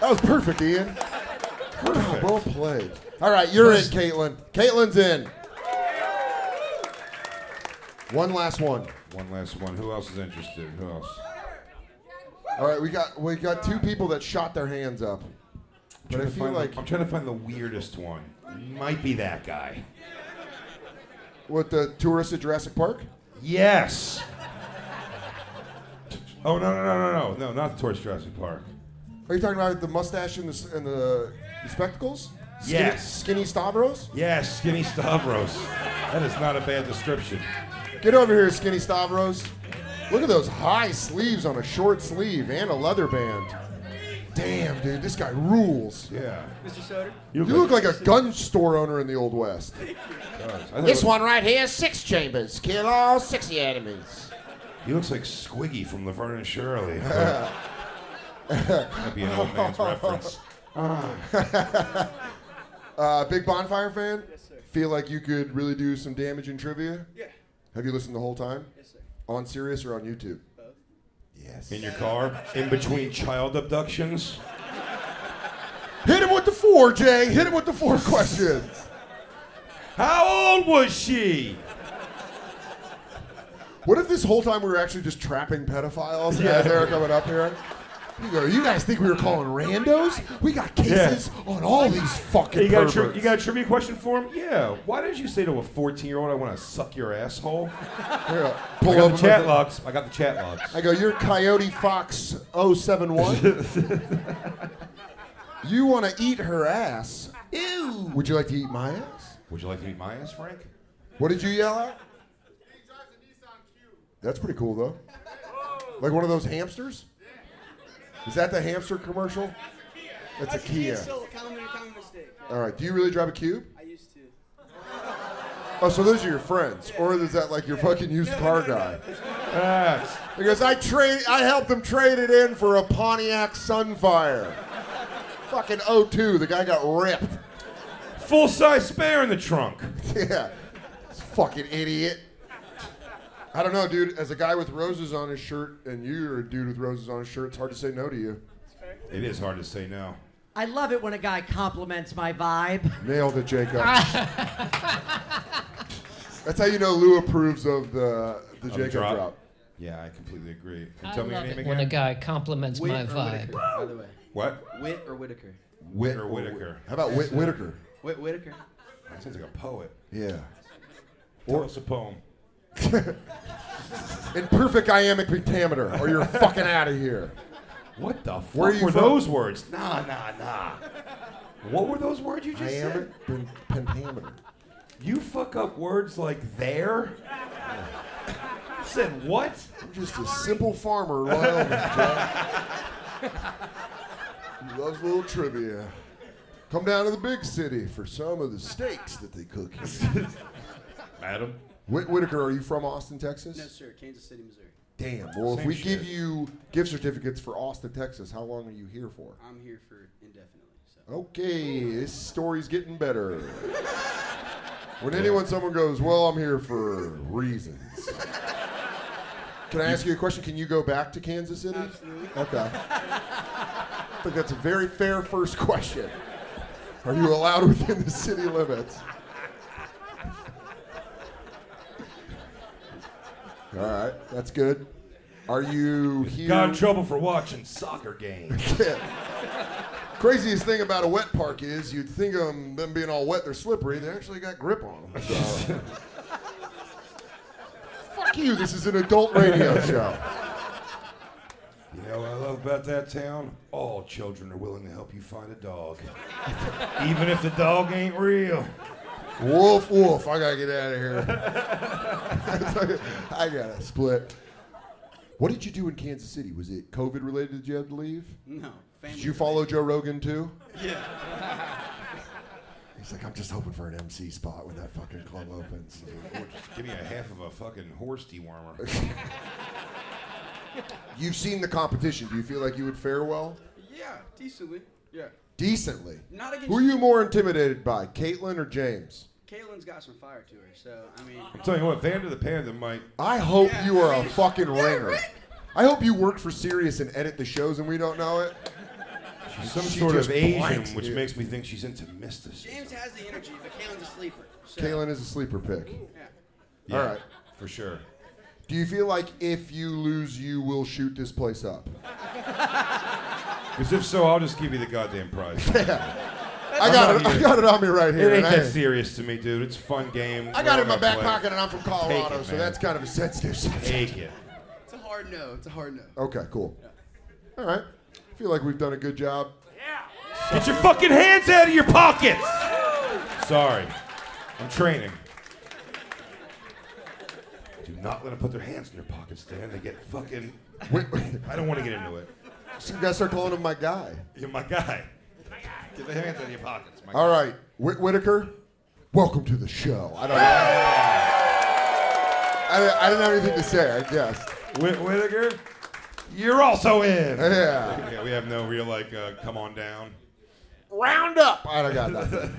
[SPEAKER 8] That was perfect, Ian. Perfect. Well played. All right, you're in, Caitlin. Caitlin's in. One last one.
[SPEAKER 5] One last one. Who else is interested? Who else?
[SPEAKER 8] All right, we got we got two people that shot their hands up. But
[SPEAKER 5] Trying
[SPEAKER 8] I
[SPEAKER 5] to
[SPEAKER 8] feel
[SPEAKER 5] find the-
[SPEAKER 8] like
[SPEAKER 5] I'm trying to find the weirdest one. Might be that guy.
[SPEAKER 8] with the tourist at Jurassic Park.
[SPEAKER 5] Yes. Oh no no no no no no! Not towards Jurassic Park.
[SPEAKER 8] Are you talking about the mustache and the s- and the, the spectacles? Skinny,
[SPEAKER 5] Yes.
[SPEAKER 8] Skinny Stavros.
[SPEAKER 5] Yes, Skinny Stavros. That is not a bad description.
[SPEAKER 8] Get over here, Skinny Stavros. Look at those high sleeves on a short sleeve and a leather band. Damn, dude, this guy rules.
[SPEAKER 5] Yeah.
[SPEAKER 17] Mr. Soder.
[SPEAKER 8] You look like a gun store owner in the Old West.
[SPEAKER 5] This
[SPEAKER 8] one right here, six chambers. Kill all six enemies.
[SPEAKER 5] He looks like Squiggy from Laverne and Shirley. That'd be an old man's reference.
[SPEAKER 8] uh, big bonfire fan? Yes, Feel like you could really do some damage in trivia?
[SPEAKER 18] Yeah.
[SPEAKER 8] Have you listened the whole time?
[SPEAKER 18] Yes, sir.
[SPEAKER 8] On Sirius or on YouTube?
[SPEAKER 5] Yes. In your car, in between child abductions.
[SPEAKER 8] Hit him with the four, Jay. Hit him with the four questions.
[SPEAKER 5] How old was she?
[SPEAKER 8] What if this whole time we were actually just trapping pedophiles as they're coming up here? You go, you guys think we were calling randos? We got cases on all these fucking
[SPEAKER 5] you got, a
[SPEAKER 8] perverts.
[SPEAKER 5] tri- you got a trivia question for him? Yeah. Why did you say to a 14 year old, I want to suck your asshole?
[SPEAKER 8] pull
[SPEAKER 5] I got
[SPEAKER 8] up
[SPEAKER 5] the
[SPEAKER 8] and
[SPEAKER 5] chat
[SPEAKER 8] look-
[SPEAKER 5] logs. I got the chat logs.
[SPEAKER 8] I go, you're Coyote Fox 071. you want to eat her ass. Ew. Would you like to eat my ass?
[SPEAKER 5] Would you like to eat my ass, Frank?
[SPEAKER 8] What did you yell at? That's pretty cool, though. Like one of those hamsters? Is that the hamster commercial? That's a Kia.
[SPEAKER 18] Still, common, common mistake.
[SPEAKER 8] All right. Do you really drive a cube?
[SPEAKER 18] I used to.
[SPEAKER 8] Oh, so those are your friends, or is that like your fucking used car guy? Ah. Because I trade, I helped him trade it in for a Pontiac Sunfire. fucking 02, the guy got ripped.
[SPEAKER 5] Full size spare in the trunk.
[SPEAKER 8] yeah, fucking idiot. I don't know, dude. As a guy with roses on his shirt, and you're a dude with roses on his shirt, it's hard to say no to you.
[SPEAKER 5] It is hard to say no.
[SPEAKER 9] I love it when a guy compliments my vibe.
[SPEAKER 8] Nailed it, Jacob. That's how you know Lou approves of the the
[SPEAKER 5] Of the
[SPEAKER 8] Jacob
[SPEAKER 5] drop.
[SPEAKER 8] drop.
[SPEAKER 5] Yeah, I completely agree. And
[SPEAKER 10] I
[SPEAKER 5] tell me your
[SPEAKER 10] love
[SPEAKER 5] name
[SPEAKER 10] it
[SPEAKER 5] again.
[SPEAKER 10] when a guy compliments
[SPEAKER 5] Wait
[SPEAKER 10] my
[SPEAKER 5] for
[SPEAKER 10] vibe.
[SPEAKER 18] By the way.
[SPEAKER 5] What?
[SPEAKER 18] Wit or Whitaker?
[SPEAKER 5] Whit or Whitaker.
[SPEAKER 8] How about Whit Whitaker?
[SPEAKER 18] Wit Whitaker.
[SPEAKER 5] That sounds like a poet.
[SPEAKER 8] Yeah.
[SPEAKER 5] Tell us a poem.
[SPEAKER 8] In perfect iambic pentameter, or you're fucking out of here.
[SPEAKER 5] What the fuck
[SPEAKER 8] Where are you
[SPEAKER 5] were
[SPEAKER 8] from?
[SPEAKER 5] those words? Nah, nah, nah. What were those words you just said?
[SPEAKER 8] Iambic pen- pentameter.
[SPEAKER 5] You fuck up words like there. Said what?
[SPEAKER 8] I'm just a simple farmer in Wyoming. Jack. He loves a little trivia. Come down to the big city for some of the steaks that they cook. here.
[SPEAKER 5] Madam.
[SPEAKER 8] Whit Whitaker, are you from Austin, Texas?
[SPEAKER 18] No, sir. Kansas City, Missouri.
[SPEAKER 8] Damn. Well, if
[SPEAKER 5] Same
[SPEAKER 8] we
[SPEAKER 5] shit.
[SPEAKER 8] give you gift certificates for Austin, Texas, how long are you here for?
[SPEAKER 18] I'm here for indefinitely. So.
[SPEAKER 8] Okay, this story's getting better. When anyone, someone goes, Well, I'm here for reasons. Can I ask you a question? Can you go back to Kansas City?
[SPEAKER 18] Absolutely.
[SPEAKER 8] Okay. I think that's a very fair first question. Are you allowed within the city limits? All right, that's good. Are you here?
[SPEAKER 5] Got in trouble for watching soccer games.
[SPEAKER 8] Craziest thing about a wet park is you'd think um, them being all wet, they're slippery. They actually got grip on them. So. Fuck you, this is an adult radio show.
[SPEAKER 5] You know what I love about that town? All children are willing to help you find a dog. Even if the dog ain't real.
[SPEAKER 8] Woof, woof, I gotta get out of here. I gotta split. What did you do in Kansas City? Was it COVID related that you had to leave?
[SPEAKER 18] No. Family
[SPEAKER 8] Did you follow Joe Rogan too?
[SPEAKER 18] Yeah.
[SPEAKER 8] He's like, I'm just hoping for an MC spot when that fucking club opens.
[SPEAKER 5] Or just give me a half of a fucking horse dewormer.
[SPEAKER 8] You've seen the competition. Do you feel like you would fare well?
[SPEAKER 18] yeah, decently. Yeah.
[SPEAKER 8] Decently.
[SPEAKER 18] Not against.
[SPEAKER 8] Who are you more intimidated by, Caitlin or James?
[SPEAKER 18] Caitlin's got some fire to her, so I mean.
[SPEAKER 5] I'm telling you what, Vander the Panda might.
[SPEAKER 8] I hope you are a fucking ringer. I hope you work for Sirius and edit the shows and we don't know it.
[SPEAKER 5] She's some
[SPEAKER 8] She
[SPEAKER 5] sort
[SPEAKER 8] just
[SPEAKER 5] of Asian,
[SPEAKER 8] blanks,
[SPEAKER 5] which
[SPEAKER 8] dude.
[SPEAKER 5] makes me think she's into mysticism.
[SPEAKER 18] James has the energy, but Caitlin's a sleeper. So.
[SPEAKER 8] Kalen is a sleeper pick.
[SPEAKER 18] Yeah.
[SPEAKER 8] All right.
[SPEAKER 5] For sure.
[SPEAKER 8] Do you feel like if you lose, you will shoot this place up?
[SPEAKER 5] Because if so, I'll just give you the goddamn prize.
[SPEAKER 8] I got
[SPEAKER 5] I'm
[SPEAKER 8] it.
[SPEAKER 5] not
[SPEAKER 8] I
[SPEAKER 5] either.
[SPEAKER 8] got it on me right here.
[SPEAKER 5] It ain't
[SPEAKER 8] and I-
[SPEAKER 5] that serious to me, dude. It's a fun game.
[SPEAKER 8] I got it in
[SPEAKER 5] We're
[SPEAKER 8] my
[SPEAKER 5] all
[SPEAKER 8] back
[SPEAKER 5] gonna play.
[SPEAKER 8] pocket, and I'm from Colorado,
[SPEAKER 5] Take it,
[SPEAKER 8] so
[SPEAKER 5] man.
[SPEAKER 8] that's kind of a sensitive subject.
[SPEAKER 5] Take it.
[SPEAKER 18] It's a hard no. It's a hard no.
[SPEAKER 8] Okay, cool. All right. I feel like we've done a good job.
[SPEAKER 5] Get your fucking hands out of your pockets! Sorry. I'm training. Do not let them put their hands in their pockets, Dan. They get fucking. I don't want to get into it.
[SPEAKER 8] So you guys start calling him my guy.
[SPEAKER 5] You're my guy. Get the hands out of your pockets, my
[SPEAKER 8] All
[SPEAKER 5] guy.
[SPEAKER 8] right, Whit- Whitaker, welcome to the show. I don't know. I don't, I don't have anything to say. I guess.
[SPEAKER 5] Whit Whitaker, you're also in.
[SPEAKER 8] Yeah.
[SPEAKER 5] we have no real like uh, come on down.
[SPEAKER 8] Round up. I don't got nothing.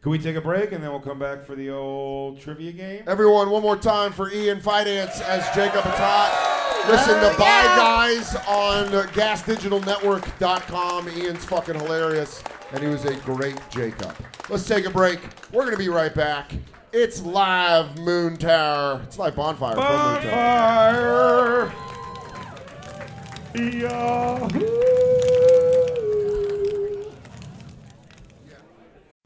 [SPEAKER 19] Can we take a break and then we'll come back for the old trivia game?
[SPEAKER 8] Everyone, one more time for Ian Finance as Jacob Atat. Listen to Buy Guys on gasdigitalnetwork.com. Ian's fucking hilarious, and he was a great Jacob. Let's take a break. We're going to be right back. It's live Moon Tower. It's live Bonfire, from Moon Tower.
[SPEAKER 19] Fire! Yahoo!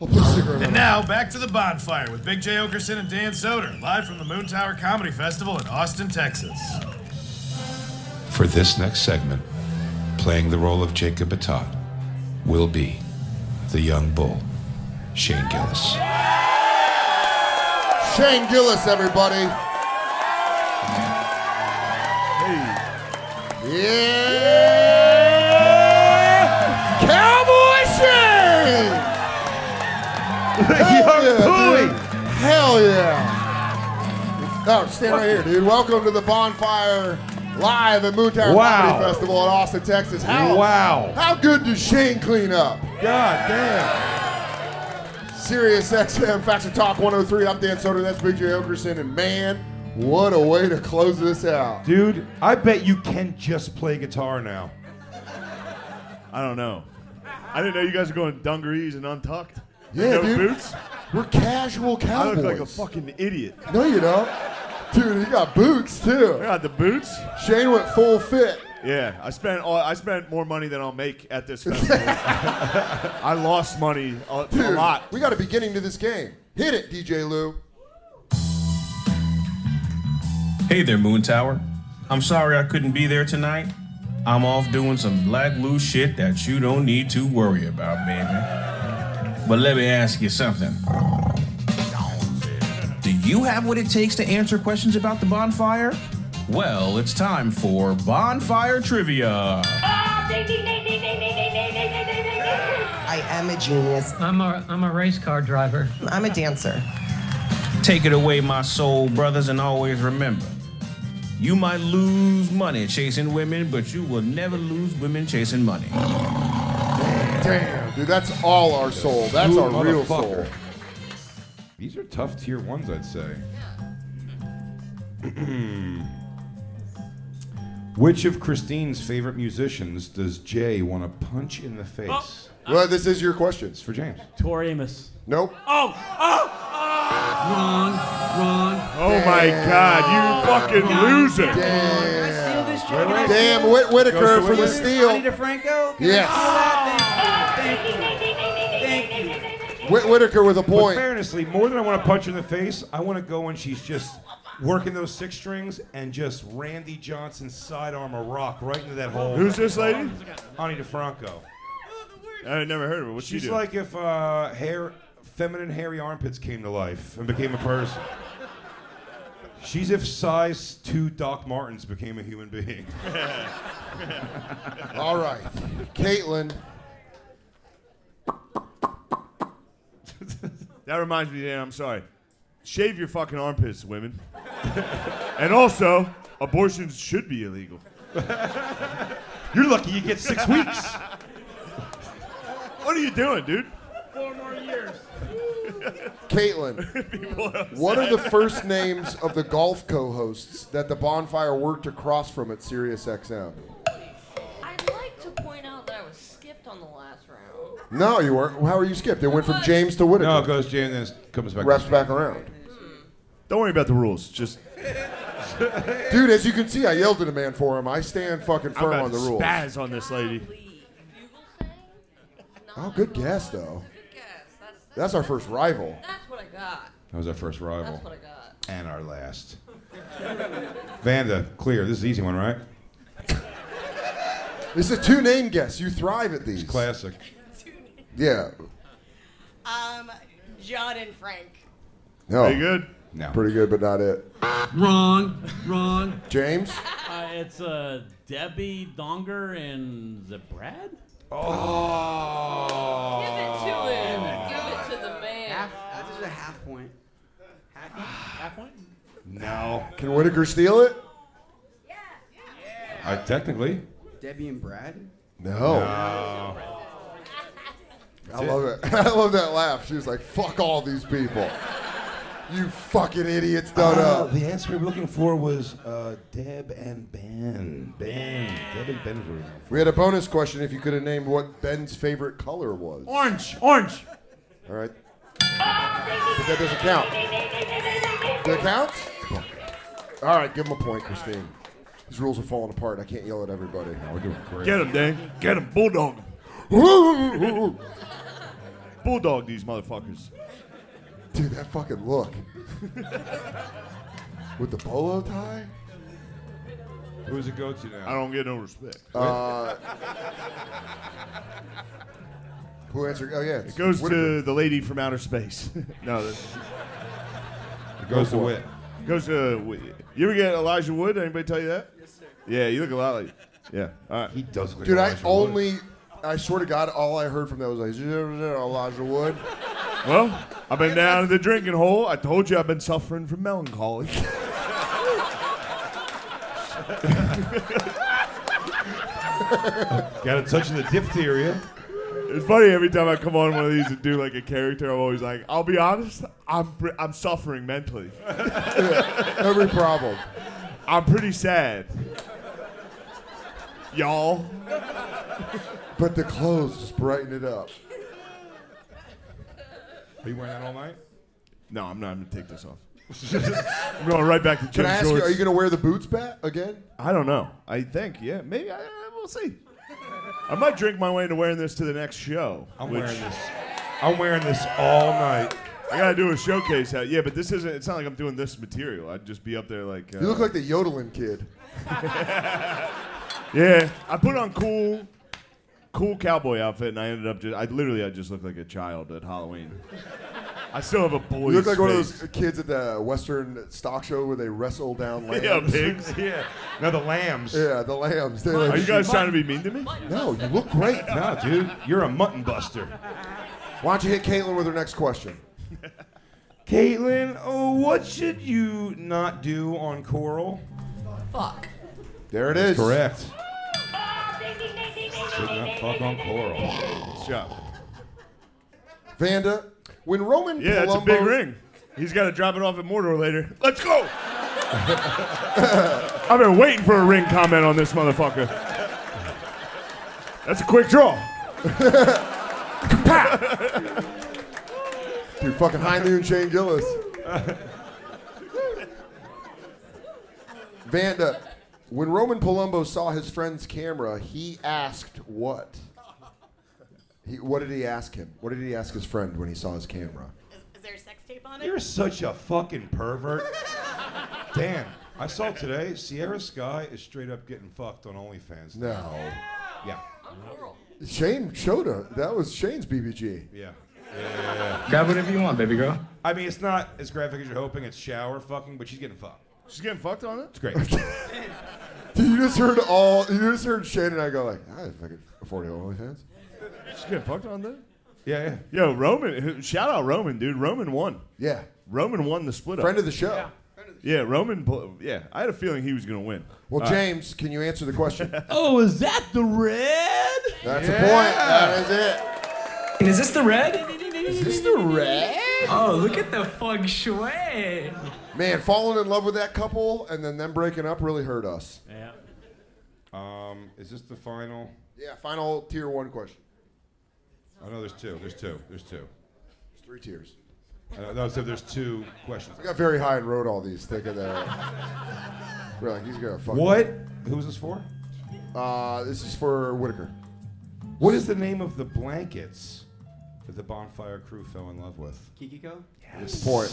[SPEAKER 6] And now back to the bonfire with Big J. Okerson and Dan Soder, live from the Moon Tower Comedy Festival in Austin, Texas.
[SPEAKER 5] For this next segment, playing the role of Jacob Atat will be the young bull, Shane Gillis.
[SPEAKER 8] Shane Gillis, everybody. Yeah! Cowboy Shane! Hell yeah, dude. Hell yeah! Oh, stand right here, dude. Welcome to the Bonfire Live at Moon Tower
[SPEAKER 19] Wow.
[SPEAKER 8] Comedy Festival in Austin, Texas. How,
[SPEAKER 19] Wow.
[SPEAKER 8] How good does Shane clean up?
[SPEAKER 19] God damn.
[SPEAKER 8] Sirius XM, Faction Talk 103. I'm Dan Soder. That's Big J. Okerson. And man, what a way to close this out.
[SPEAKER 19] Dude, I bet you can just play guitar now.
[SPEAKER 4] I don't know. I didn't know you guys were going dungarees and untucked.
[SPEAKER 8] Yeah,
[SPEAKER 4] no
[SPEAKER 8] dude.
[SPEAKER 4] boots.
[SPEAKER 8] We're casual
[SPEAKER 4] I look like a
[SPEAKER 8] cowboys.
[SPEAKER 4] fucking idiot.
[SPEAKER 8] No, you don't. Dude, he got boots too. I
[SPEAKER 4] got the boots.
[SPEAKER 8] Shane went full fit.
[SPEAKER 4] Yeah, I spent all, I spent more money than I'll make at this festival. I lost money a,
[SPEAKER 8] Dude,
[SPEAKER 4] a lot.
[SPEAKER 8] we got a beginning to this game. Hit it, DJ Lou.
[SPEAKER 20] Hey there, Moon Tower. I'm sorry I couldn't be there tonight. I'm off doing some black blue shit that you don't need to worry about, baby. But let me ask you something. Do you have what it takes to answer questions about the bonfire? Well, it's time for bonfire trivia.
[SPEAKER 14] I am a genius. I'm a, I'm a race car driver. I'm a dancer.
[SPEAKER 20] Take it away, my soul brothers, and always remember you might lose money chasing women, but you will never lose women chasing money.
[SPEAKER 8] Damn, dude, that's all our soul. That's
[SPEAKER 19] You
[SPEAKER 8] our real soul.
[SPEAKER 19] motherfucker. These are tough tier ones, I'd say.
[SPEAKER 5] Which of Christine's favorite musicians does Jay want to punch in the face?
[SPEAKER 8] Well, this is your question. It's
[SPEAKER 5] for James.
[SPEAKER 1] Tor Amos.
[SPEAKER 8] Nope.
[SPEAKER 1] Oh, oh, Wrong, wrong.
[SPEAKER 4] Oh my God, you fucking loser!
[SPEAKER 8] Damn.
[SPEAKER 9] Steal this joke.
[SPEAKER 8] Wait,
[SPEAKER 9] Can I
[SPEAKER 8] wait. Damn,
[SPEAKER 9] steal-
[SPEAKER 8] Whit- Whitaker
[SPEAKER 9] Goes to
[SPEAKER 8] for the
[SPEAKER 9] Whitaker.
[SPEAKER 8] steal.
[SPEAKER 9] Johnny DeFranco? Can I
[SPEAKER 8] Yes.
[SPEAKER 9] steal that? Thank you. Thank you. Thank you.
[SPEAKER 8] Whit- Whitaker with a point.
[SPEAKER 5] But fairnessly, more than I want to punch her in the face, I want to go when she's just working those six strings and just Randy Johnson sidearm a rock right into that hole.
[SPEAKER 4] Who's this lady?
[SPEAKER 5] Ani DeFranco.
[SPEAKER 4] I never heard of her. What she
[SPEAKER 5] She's
[SPEAKER 4] do?
[SPEAKER 5] like if uh, hair, feminine hairy armpits came to life and became a person. She's if size two Doc Martens became a human being.
[SPEAKER 8] All right. Caitlin.
[SPEAKER 4] That reminds me, Dan. I'm sorry. Shave your fucking armpits, women. and also, abortions should be illegal.
[SPEAKER 5] You're lucky you get six weeks.
[SPEAKER 4] what are you doing, dude?
[SPEAKER 1] Four more years.
[SPEAKER 8] Caitlin, what are the first names of the golf co-hosts that the bonfire worked across from at Sirius XM?
[SPEAKER 15] I'd like to point out that I was skipped on the last round.
[SPEAKER 8] No, you weren't. How are you skipped? It went from James to Whitaker.
[SPEAKER 5] No, it goes James and then it comes back.
[SPEAKER 8] Wraps back around.
[SPEAKER 4] Don't worry about the rules. Just
[SPEAKER 8] Dude, as you can see, I yelled at a man for him. I stand fucking
[SPEAKER 4] I'm
[SPEAKER 8] firm
[SPEAKER 4] about
[SPEAKER 8] on the
[SPEAKER 4] to
[SPEAKER 8] rules.
[SPEAKER 4] spaz on this lady.
[SPEAKER 8] Oh, good guess though. That's our first rival.
[SPEAKER 15] That's what I got.
[SPEAKER 5] That was our first rival.
[SPEAKER 15] That's what I got.
[SPEAKER 5] And our last. Vanda, clear. This is the easy one, right?
[SPEAKER 8] This is a two-name guess. You thrive at these.
[SPEAKER 5] Classic.
[SPEAKER 8] Yeah.
[SPEAKER 13] Um, John and Frank.
[SPEAKER 8] No.
[SPEAKER 4] Pretty good.
[SPEAKER 5] No.
[SPEAKER 8] Pretty good, but not it.
[SPEAKER 1] Wrong, wrong.
[SPEAKER 8] James.
[SPEAKER 1] Uh, it's uh, Debbie Donger and the Brad.
[SPEAKER 5] Oh.
[SPEAKER 15] Give it to him. Give it to the man.
[SPEAKER 18] Half, that's just a half point. Half point?
[SPEAKER 1] Half point?
[SPEAKER 5] No.
[SPEAKER 8] Can Whitaker steal it?
[SPEAKER 5] I technically.
[SPEAKER 18] Debbie and Brad?
[SPEAKER 8] No.
[SPEAKER 5] No.
[SPEAKER 8] I love it. I love that laugh. She was like, "Fuck all these people. You fucking idiots." No,
[SPEAKER 5] Uh,
[SPEAKER 8] no.
[SPEAKER 5] the answer we were looking for was uh, Deb and Ben. Ben. Deb and Ben. were-
[SPEAKER 8] We had a bonus question if you could have named what Ben's favorite color was.
[SPEAKER 1] Orange, orange.
[SPEAKER 8] All right. But that doesn't count. Does it count? All right, give him a point, Christine. These rules are falling apart. I can't yell at everybody.
[SPEAKER 5] we're doing great.
[SPEAKER 4] Get him, Dan. Get him, bulldog. bulldog these motherfuckers.
[SPEAKER 8] Dude, that fucking look. With the polo tie?
[SPEAKER 5] Who's it go to now?
[SPEAKER 4] I don't get no respect.
[SPEAKER 8] Uh, who answered? Oh, yeah.
[SPEAKER 4] It goes to the lady from outer space. no, that's,
[SPEAKER 5] Uh, It goes to
[SPEAKER 8] for
[SPEAKER 5] Wit.
[SPEAKER 4] goes to. Wh- You ever get Elijah Wood? Anybody tell you that? Yes, sir. Yeah, you look a lot like. Yeah. All right.
[SPEAKER 5] He does look
[SPEAKER 8] Dude,
[SPEAKER 5] like
[SPEAKER 8] I
[SPEAKER 5] Elijah Wood.
[SPEAKER 8] only, I swear to God, all I heard from that was like, Elijah Wood.
[SPEAKER 4] Well, I've been down in the drinking hole. I told you I've been suffering from melancholy.
[SPEAKER 5] Got a touch of the diphtheria.
[SPEAKER 4] It's funny every time I come on one of these and do like a character, I'm always like, I'll be honest, I'm pre- I'm suffering mentally.
[SPEAKER 8] Every problem.
[SPEAKER 4] I'm pretty sad. Y'all,
[SPEAKER 8] But the clothes just brighten it up.
[SPEAKER 5] Are you wearing that all night?
[SPEAKER 4] no, I'm not. I'm gonna take this off. I'm going right back to
[SPEAKER 8] Can
[SPEAKER 4] gym
[SPEAKER 8] I ask
[SPEAKER 4] shorts.
[SPEAKER 8] you, are you going to wear the boots back again?
[SPEAKER 4] I don't know. I think, yeah, maybe. I, I- we'll see. I might drink my way into wearing this to the next show.
[SPEAKER 5] I'm
[SPEAKER 4] which
[SPEAKER 5] wearing this. I'm wearing this all night.
[SPEAKER 4] I gotta do a showcase out. Yeah, but this isn't. It's not like I'm doing this material. I'd just be up there like. Uh,
[SPEAKER 8] You look like the yodeling kid.
[SPEAKER 4] Yeah, I put on cool, cool cowboy outfit, and I ended up just. I literally, I just looked like a child at Halloween. I still have a
[SPEAKER 8] You
[SPEAKER 4] boy.
[SPEAKER 8] look like one of those kids at the Western stock show where they wrestle down lambs.
[SPEAKER 4] Yeah, pigs.
[SPEAKER 5] Yeah. No, the lambs.
[SPEAKER 8] Yeah, the lambs. They're like,
[SPEAKER 4] Are you guys trying to be mean to me?
[SPEAKER 8] No, you look great.
[SPEAKER 5] No, dude, you're a mutton buster.
[SPEAKER 8] Why don't you hit Caitlin with her next question?
[SPEAKER 5] Caitlin, oh, what should you not do on Coral?
[SPEAKER 15] Fuck.
[SPEAKER 8] There it
[SPEAKER 5] That's
[SPEAKER 8] is.
[SPEAKER 5] correct. Should not fuck on Coral.
[SPEAKER 4] Good job.
[SPEAKER 8] Vanda, when Roman
[SPEAKER 4] Yeah,
[SPEAKER 8] Palumbo,
[SPEAKER 4] that's a big ring. He's got to drop it off at Mordor later. Let's go. I've been waiting for a ring comment on this motherfucker. That's a quick draw.
[SPEAKER 8] Dude, fucking High Noon Shane Gillis. Vanda, when Roman Palumbo saw his friend's camera, he asked what? He, what did he ask him? What did he ask his friend when he saw his camera?
[SPEAKER 13] Is there a sex tape on it?
[SPEAKER 5] You're such a fucking pervert. Damn. I saw today Sierra Sky is straight up getting fucked on OnlyFans.
[SPEAKER 8] No.
[SPEAKER 5] Yeah.
[SPEAKER 8] Shane showed her. That was Shane's BBG.
[SPEAKER 5] Yeah. Yeah.
[SPEAKER 8] Grab whatever you want, baby girl.
[SPEAKER 5] I mean, it's not as graphic as you're hoping. It's shower fucking, but she's getting fucked.
[SPEAKER 4] She's getting fucked on it?
[SPEAKER 5] It's great.
[SPEAKER 8] Dude, you just heard all. You just heard Shane and I go like, "Ah, I fucking afford your OnlyFans.
[SPEAKER 4] She's getting fucked on there?
[SPEAKER 5] Yeah, yeah.
[SPEAKER 4] Yo, Roman, shout out Roman, dude. Roman won.
[SPEAKER 8] Yeah.
[SPEAKER 4] Roman won the split up.
[SPEAKER 8] Friend of the show.
[SPEAKER 4] Yeah,
[SPEAKER 8] Yeah.
[SPEAKER 4] Roman, pl- yeah. I had a feeling he was going to win.
[SPEAKER 8] Well,
[SPEAKER 4] All right.
[SPEAKER 8] James, can you answer the question?
[SPEAKER 1] Oh, is that the red?
[SPEAKER 8] That's a point. That is it.
[SPEAKER 2] And is this the red?
[SPEAKER 8] Is this the red?
[SPEAKER 2] Oh, look at the feng shui.
[SPEAKER 8] Man, falling in love with that couple and then them breaking up really hurt us.
[SPEAKER 1] Yeah.
[SPEAKER 5] Um, is this the final?
[SPEAKER 8] Yeah, final tier one question.
[SPEAKER 5] I know there's two. There's two. There's two.
[SPEAKER 8] There's three tiers.
[SPEAKER 5] I know, no, so there's two questions.
[SPEAKER 8] I got very high and wrote all these, thinking that we're like, he's gonna fuck.
[SPEAKER 5] What?
[SPEAKER 8] me.
[SPEAKER 5] Who's this for?
[SPEAKER 8] Uh, this is for Whitaker.
[SPEAKER 5] What is the name of the blankets that the bonfire crew fell in love with?
[SPEAKER 18] Kikiko?
[SPEAKER 5] Yes.
[SPEAKER 8] Point.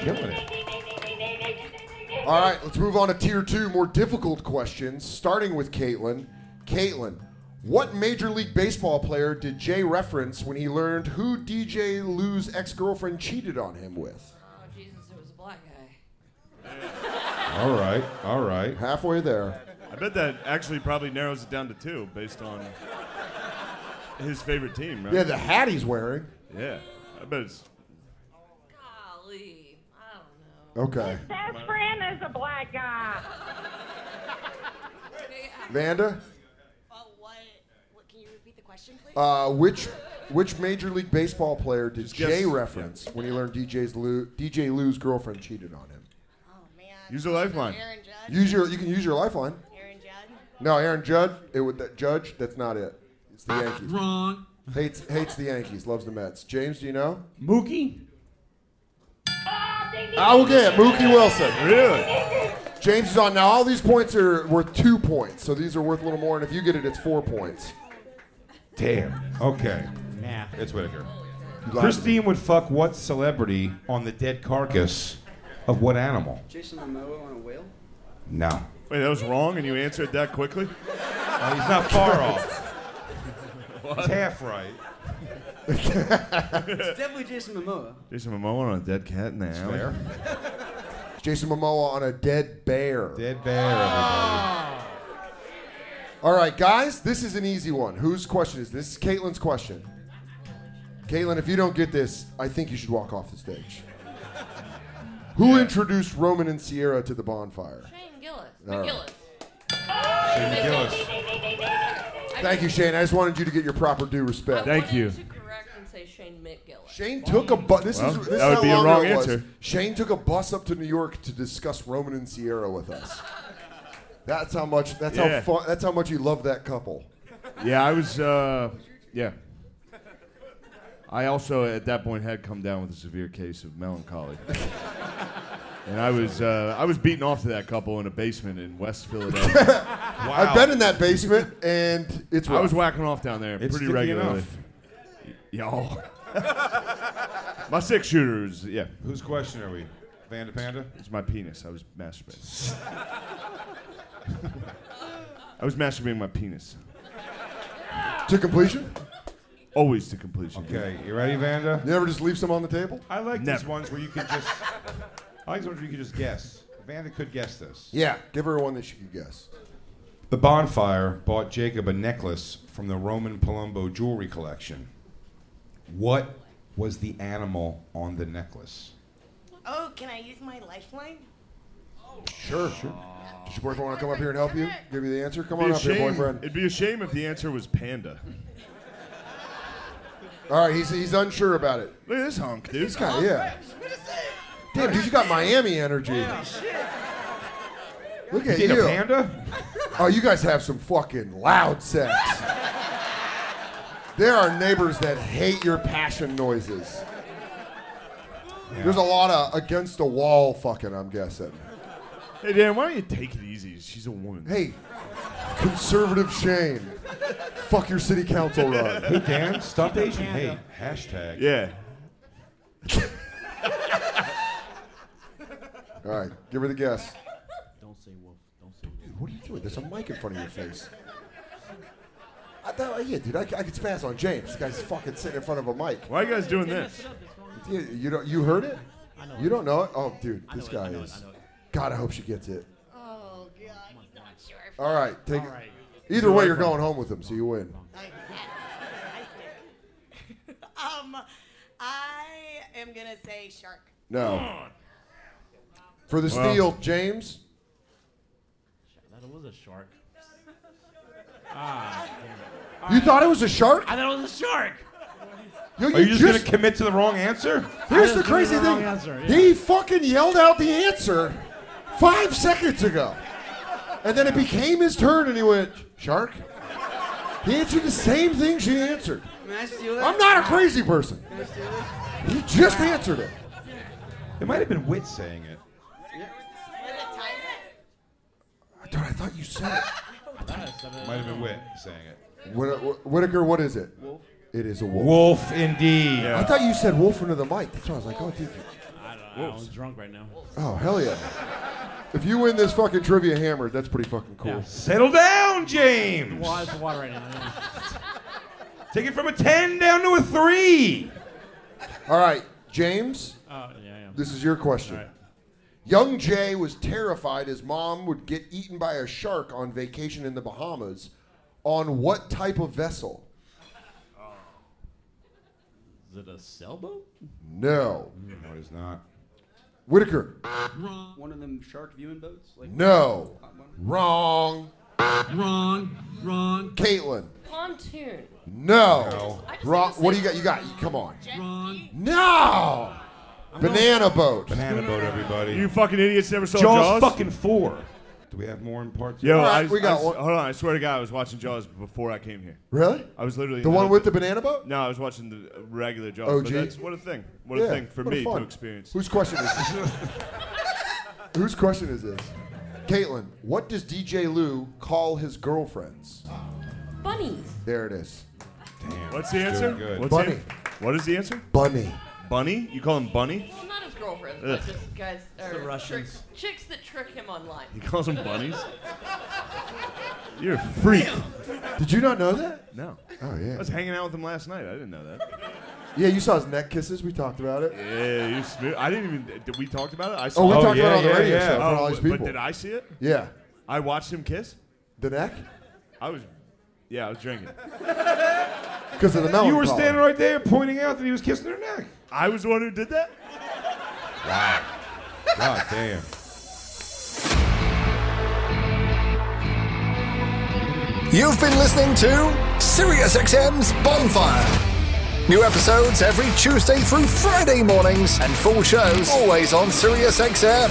[SPEAKER 5] Killing
[SPEAKER 15] Oh,
[SPEAKER 5] it.
[SPEAKER 8] All right, let's move on to tier two, more difficult questions. Starting with Caitlin. Caitlin, what Major League Baseball player did Jay reference when he learned who DJ Lou's ex-girlfriend cheated on him with?
[SPEAKER 15] Oh, Jesus, it was a black guy.
[SPEAKER 5] All right, all right.
[SPEAKER 8] Halfway there.
[SPEAKER 4] I bet that actually probably narrows it down to two based on his favorite team, right?
[SPEAKER 8] Yeah, the hat he's wearing.
[SPEAKER 4] Yeah. I bet it's.
[SPEAKER 15] Golly, I don't
[SPEAKER 8] Okay.
[SPEAKER 3] Best friend is a black guy.
[SPEAKER 8] Vanda,
[SPEAKER 13] Oh, uh, what? what? Can you repeat the question, please?
[SPEAKER 8] uh, which which Major League Baseball player did
[SPEAKER 4] guess-
[SPEAKER 8] Jay reference when he learned DJ's Lou, DJ Lou's girlfriend cheated on him?
[SPEAKER 4] Use your lifeline.
[SPEAKER 13] Oh, Aaron Judge?
[SPEAKER 8] Use your you can use your lifeline.
[SPEAKER 13] Aaron Judd?
[SPEAKER 8] No, Aaron Judge. It would that Judge. That's not it. It's the Yankees.
[SPEAKER 1] Wrong.
[SPEAKER 8] Hates hates the Yankees. Loves the Mets. James, do you know?
[SPEAKER 1] Mookie.
[SPEAKER 8] I will get Mookie Wilson.
[SPEAKER 4] Really?
[SPEAKER 8] James is on now. All these points are worth two points, so these are worth a little more. And if you get it, it's four points.
[SPEAKER 5] Damn. Okay.
[SPEAKER 1] Nah.
[SPEAKER 5] It's Whitaker.
[SPEAKER 8] lied.
[SPEAKER 5] Christine would fuck what celebrity on the dead carcass of what animal?
[SPEAKER 18] Jason Momoa on a whale?
[SPEAKER 5] No.
[SPEAKER 4] Wait, that was wrong, and you answered that quickly?
[SPEAKER 5] Oh, he's not far off. He's half right.
[SPEAKER 18] It's definitely Jason Momoa.
[SPEAKER 4] Jason Momoa on a dead cat in the alley.
[SPEAKER 5] fair.
[SPEAKER 8] Jason Momoa on a dead bear.
[SPEAKER 5] Dead bear, everybody.
[SPEAKER 8] All right, guys, this is an easy one. Whose question is this? This is Caitlin's question. Caitlin, if you don't get this, I think you should walk off the stage. Who introduced Roman and Sierra to the bonfire?
[SPEAKER 15] know. Shane Gillis.
[SPEAKER 4] Uh,
[SPEAKER 8] All right.
[SPEAKER 15] McGillis.
[SPEAKER 8] Thank you, Shane. I just wanted you to get your proper due respect.
[SPEAKER 4] Thank you.
[SPEAKER 15] Correct and say Shane McGillis.
[SPEAKER 8] Shane took a bus. This
[SPEAKER 4] Well,
[SPEAKER 8] is this
[SPEAKER 4] that would
[SPEAKER 8] is how
[SPEAKER 4] be a
[SPEAKER 8] long
[SPEAKER 4] wrong
[SPEAKER 8] ago it was.
[SPEAKER 4] answer.
[SPEAKER 8] Shane took a bus up to New York to discuss Roman and Sierra with us. That's how much. That's
[SPEAKER 4] Yeah.
[SPEAKER 8] how fun. That's how much he loved that couple.
[SPEAKER 4] Yeah, I was. Uh, yeah. I also at that point had come down with a severe case of melancholy, and I was uh, I was beaten off to that couple in a basement in West Philadelphia.
[SPEAKER 8] I've been in that basement, and it's.
[SPEAKER 4] I was
[SPEAKER 8] rough.
[SPEAKER 4] whacking off down there
[SPEAKER 5] It's
[SPEAKER 4] pretty
[SPEAKER 5] sticky
[SPEAKER 4] regularly.
[SPEAKER 5] enough.
[SPEAKER 4] Y- Y'all, my six shooters. Yeah,
[SPEAKER 5] Whose question are we? Vanda Panda?
[SPEAKER 4] it's my penis. I was masturbating. I was masturbating my penis
[SPEAKER 8] to completion.
[SPEAKER 4] always to completion.
[SPEAKER 5] Okay, you ready, Vanda?
[SPEAKER 8] You ever just leave some on the table?
[SPEAKER 5] I like these
[SPEAKER 4] Never.
[SPEAKER 5] ones where you can just. I like these ones where you can just guess. Vanda could guess this.
[SPEAKER 8] Yeah, give her one that she could guess.
[SPEAKER 5] The bonfire bought Jacob a necklace from the Roman Palumbo jewelry collection. What was the animal on the necklace?
[SPEAKER 13] Oh, can I use my lifeline?
[SPEAKER 8] Sure. Does your boyfriend want to come up here and help you? Give you the answer. Come
[SPEAKER 4] It'd be a
[SPEAKER 8] on up here,
[SPEAKER 4] shame-
[SPEAKER 8] boyfriend.
[SPEAKER 4] It'd be a shame if the answer was panda.
[SPEAKER 8] All right, he's, he's unsure about it.
[SPEAKER 4] Look at this hunk, dude.
[SPEAKER 8] This guy, yeah. Damn, dude, you got Miami energy. Look at
[SPEAKER 5] Did a
[SPEAKER 8] you.
[SPEAKER 5] panda?
[SPEAKER 8] Oh, you guys have some fucking loud sex. There are neighbors that hate your passion noises. There's a lot of against the wall fucking, I'm guessing.
[SPEAKER 4] Hey, Dan, why don't you take it easy? She's a woman.
[SPEAKER 8] Hey, conservative Shane. Fuck your city council run.
[SPEAKER 5] Hey, Dan, stop Asian hate. Hashtag.
[SPEAKER 4] Yeah.
[SPEAKER 8] All right, give her the guess.
[SPEAKER 1] Don't say wolf. Don't say
[SPEAKER 8] Dude, what are you doing? There's a mic in front of your face. I thought, oh, yeah, dude, I, c- I could spaz on James. This guy's fucking sitting in front of a mic.
[SPEAKER 4] Why are you guys doing this?
[SPEAKER 8] Yeah, you don't. You heard it?
[SPEAKER 1] I know
[SPEAKER 8] You
[SPEAKER 1] it.
[SPEAKER 8] don't know it? Oh, dude, this
[SPEAKER 1] know it, I
[SPEAKER 8] guy
[SPEAKER 1] know it,
[SPEAKER 8] is.
[SPEAKER 1] I know it.
[SPEAKER 8] God, I hope she gets it.
[SPEAKER 13] Oh god, he's not sure. if-
[SPEAKER 8] All right, take.
[SPEAKER 13] All right.
[SPEAKER 8] Either way, you're going home with him, so you win.
[SPEAKER 13] Um, I am gonna say shark.
[SPEAKER 8] No. For the
[SPEAKER 1] Well.
[SPEAKER 8] steal, James.
[SPEAKER 1] That was a shark. Ah, damn it.
[SPEAKER 8] You thought it was a shark?
[SPEAKER 1] I thought it was a shark.
[SPEAKER 8] Yo,
[SPEAKER 5] Are you just,
[SPEAKER 8] just-
[SPEAKER 5] gonna commit to the wrong answer?
[SPEAKER 8] Here's the crazy thing. He fucking yelled out the answer five seconds ago. And then it became his turn and he went, Shark? He answered the same thing she answered.
[SPEAKER 18] May I steal that?
[SPEAKER 8] I'm not a crazy person.
[SPEAKER 18] Can I steal this?
[SPEAKER 8] He just answered it.
[SPEAKER 5] It might have been Wit saying it.
[SPEAKER 8] Dude, I thought you said it.
[SPEAKER 5] Might have been Wit saying it.
[SPEAKER 8] Whit- Whit- Whitaker, what is it? Wolf. It is a wolf.
[SPEAKER 5] Wolf, indeed.
[SPEAKER 8] I thought you said wolf under the mic. That's why I was like, oh, dude.
[SPEAKER 1] I don't know. I'm drunk right now.
[SPEAKER 8] Oh, hell yeah. If you win this fucking trivia hammered, that's pretty fucking cool.
[SPEAKER 5] Settle down, James.
[SPEAKER 1] Well, it's water right now.
[SPEAKER 5] Take it from a 10 down to a 3.
[SPEAKER 8] All right, James.
[SPEAKER 1] Oh, yeah, yeah.
[SPEAKER 8] This is your question. Young Jay was terrified his mom would get eaten by a shark on vacation in the Bahamas. On what type of vessel?
[SPEAKER 1] Is it a sailboat?
[SPEAKER 8] No.
[SPEAKER 5] No, it is not.
[SPEAKER 8] Whitaker.
[SPEAKER 18] One of them shark viewing boats? Like
[SPEAKER 8] No. Wrong.
[SPEAKER 1] Wrong. Wrong.
[SPEAKER 8] Caitlin.
[SPEAKER 15] Pontoon.
[SPEAKER 8] No. Wrong. What do you got? You got. Come on.
[SPEAKER 15] Wrong.
[SPEAKER 8] No. Banana boat.
[SPEAKER 5] Banana boat, everybody.
[SPEAKER 4] You fucking idiots never saw Jaws.
[SPEAKER 5] Jaws fucking 4. Do we have more in parts?
[SPEAKER 4] Yo,
[SPEAKER 8] Alright,
[SPEAKER 4] I,
[SPEAKER 8] we got
[SPEAKER 4] I-
[SPEAKER 8] one-
[SPEAKER 4] Hold on, I swear to God, I was watching Jaws before I came here.
[SPEAKER 8] Really?
[SPEAKER 4] I was literally
[SPEAKER 8] The one with the banana boat.
[SPEAKER 4] No, I was watching the regular Jaws.
[SPEAKER 8] OG.
[SPEAKER 4] But that's, what a thing! What
[SPEAKER 8] Yeah,
[SPEAKER 4] a thing for
[SPEAKER 8] what a
[SPEAKER 4] me
[SPEAKER 8] fun.
[SPEAKER 4] to experience.
[SPEAKER 8] Whose question is this? Whose question is this? Caitlin, what does DJ Lou call his girlfriends?
[SPEAKER 15] Bunnies.
[SPEAKER 8] There it is.
[SPEAKER 4] What's the
[SPEAKER 5] It's
[SPEAKER 4] answer?
[SPEAKER 5] doing good.
[SPEAKER 4] What's
[SPEAKER 8] Bunny.
[SPEAKER 4] The, what is the answer?
[SPEAKER 8] Bunny.
[SPEAKER 4] Bunny? You call him Bunny?
[SPEAKER 15] Well, not his girlfriend,
[SPEAKER 4] Ugh.
[SPEAKER 15] but just guys.
[SPEAKER 1] It's the
[SPEAKER 15] or
[SPEAKER 1] Russians.
[SPEAKER 15] Tricks, chicks that trick him online.
[SPEAKER 4] He calls them bunnies? You're a freak.
[SPEAKER 8] Did you not know that?
[SPEAKER 4] No.
[SPEAKER 8] Oh yeah.
[SPEAKER 4] I was hanging out with him last night. I didn't know that.
[SPEAKER 8] Yeah, you saw his neck kisses. We talked about it.
[SPEAKER 4] Yeah, you smooth. I didn't even. Did we talked about it? I
[SPEAKER 8] Oh, we
[SPEAKER 4] it.
[SPEAKER 8] talked about it on the radio show in front of all
[SPEAKER 4] Oh,
[SPEAKER 8] these
[SPEAKER 4] but-
[SPEAKER 8] people.
[SPEAKER 4] But did I see it?
[SPEAKER 8] Yeah.
[SPEAKER 4] I watched him kiss.
[SPEAKER 8] The neck?
[SPEAKER 4] I was. Yeah, I was drinking.
[SPEAKER 8] Because of the melon.
[SPEAKER 5] You were standing right there pointing out that he was kissing her neck.
[SPEAKER 4] I was the one who did that.
[SPEAKER 5] Wow. God damn.
[SPEAKER 21] You've been listening to SiriusXM's Bonfire. New episodes every Tuesday through Friday mornings, and full shows always on SiriusXM.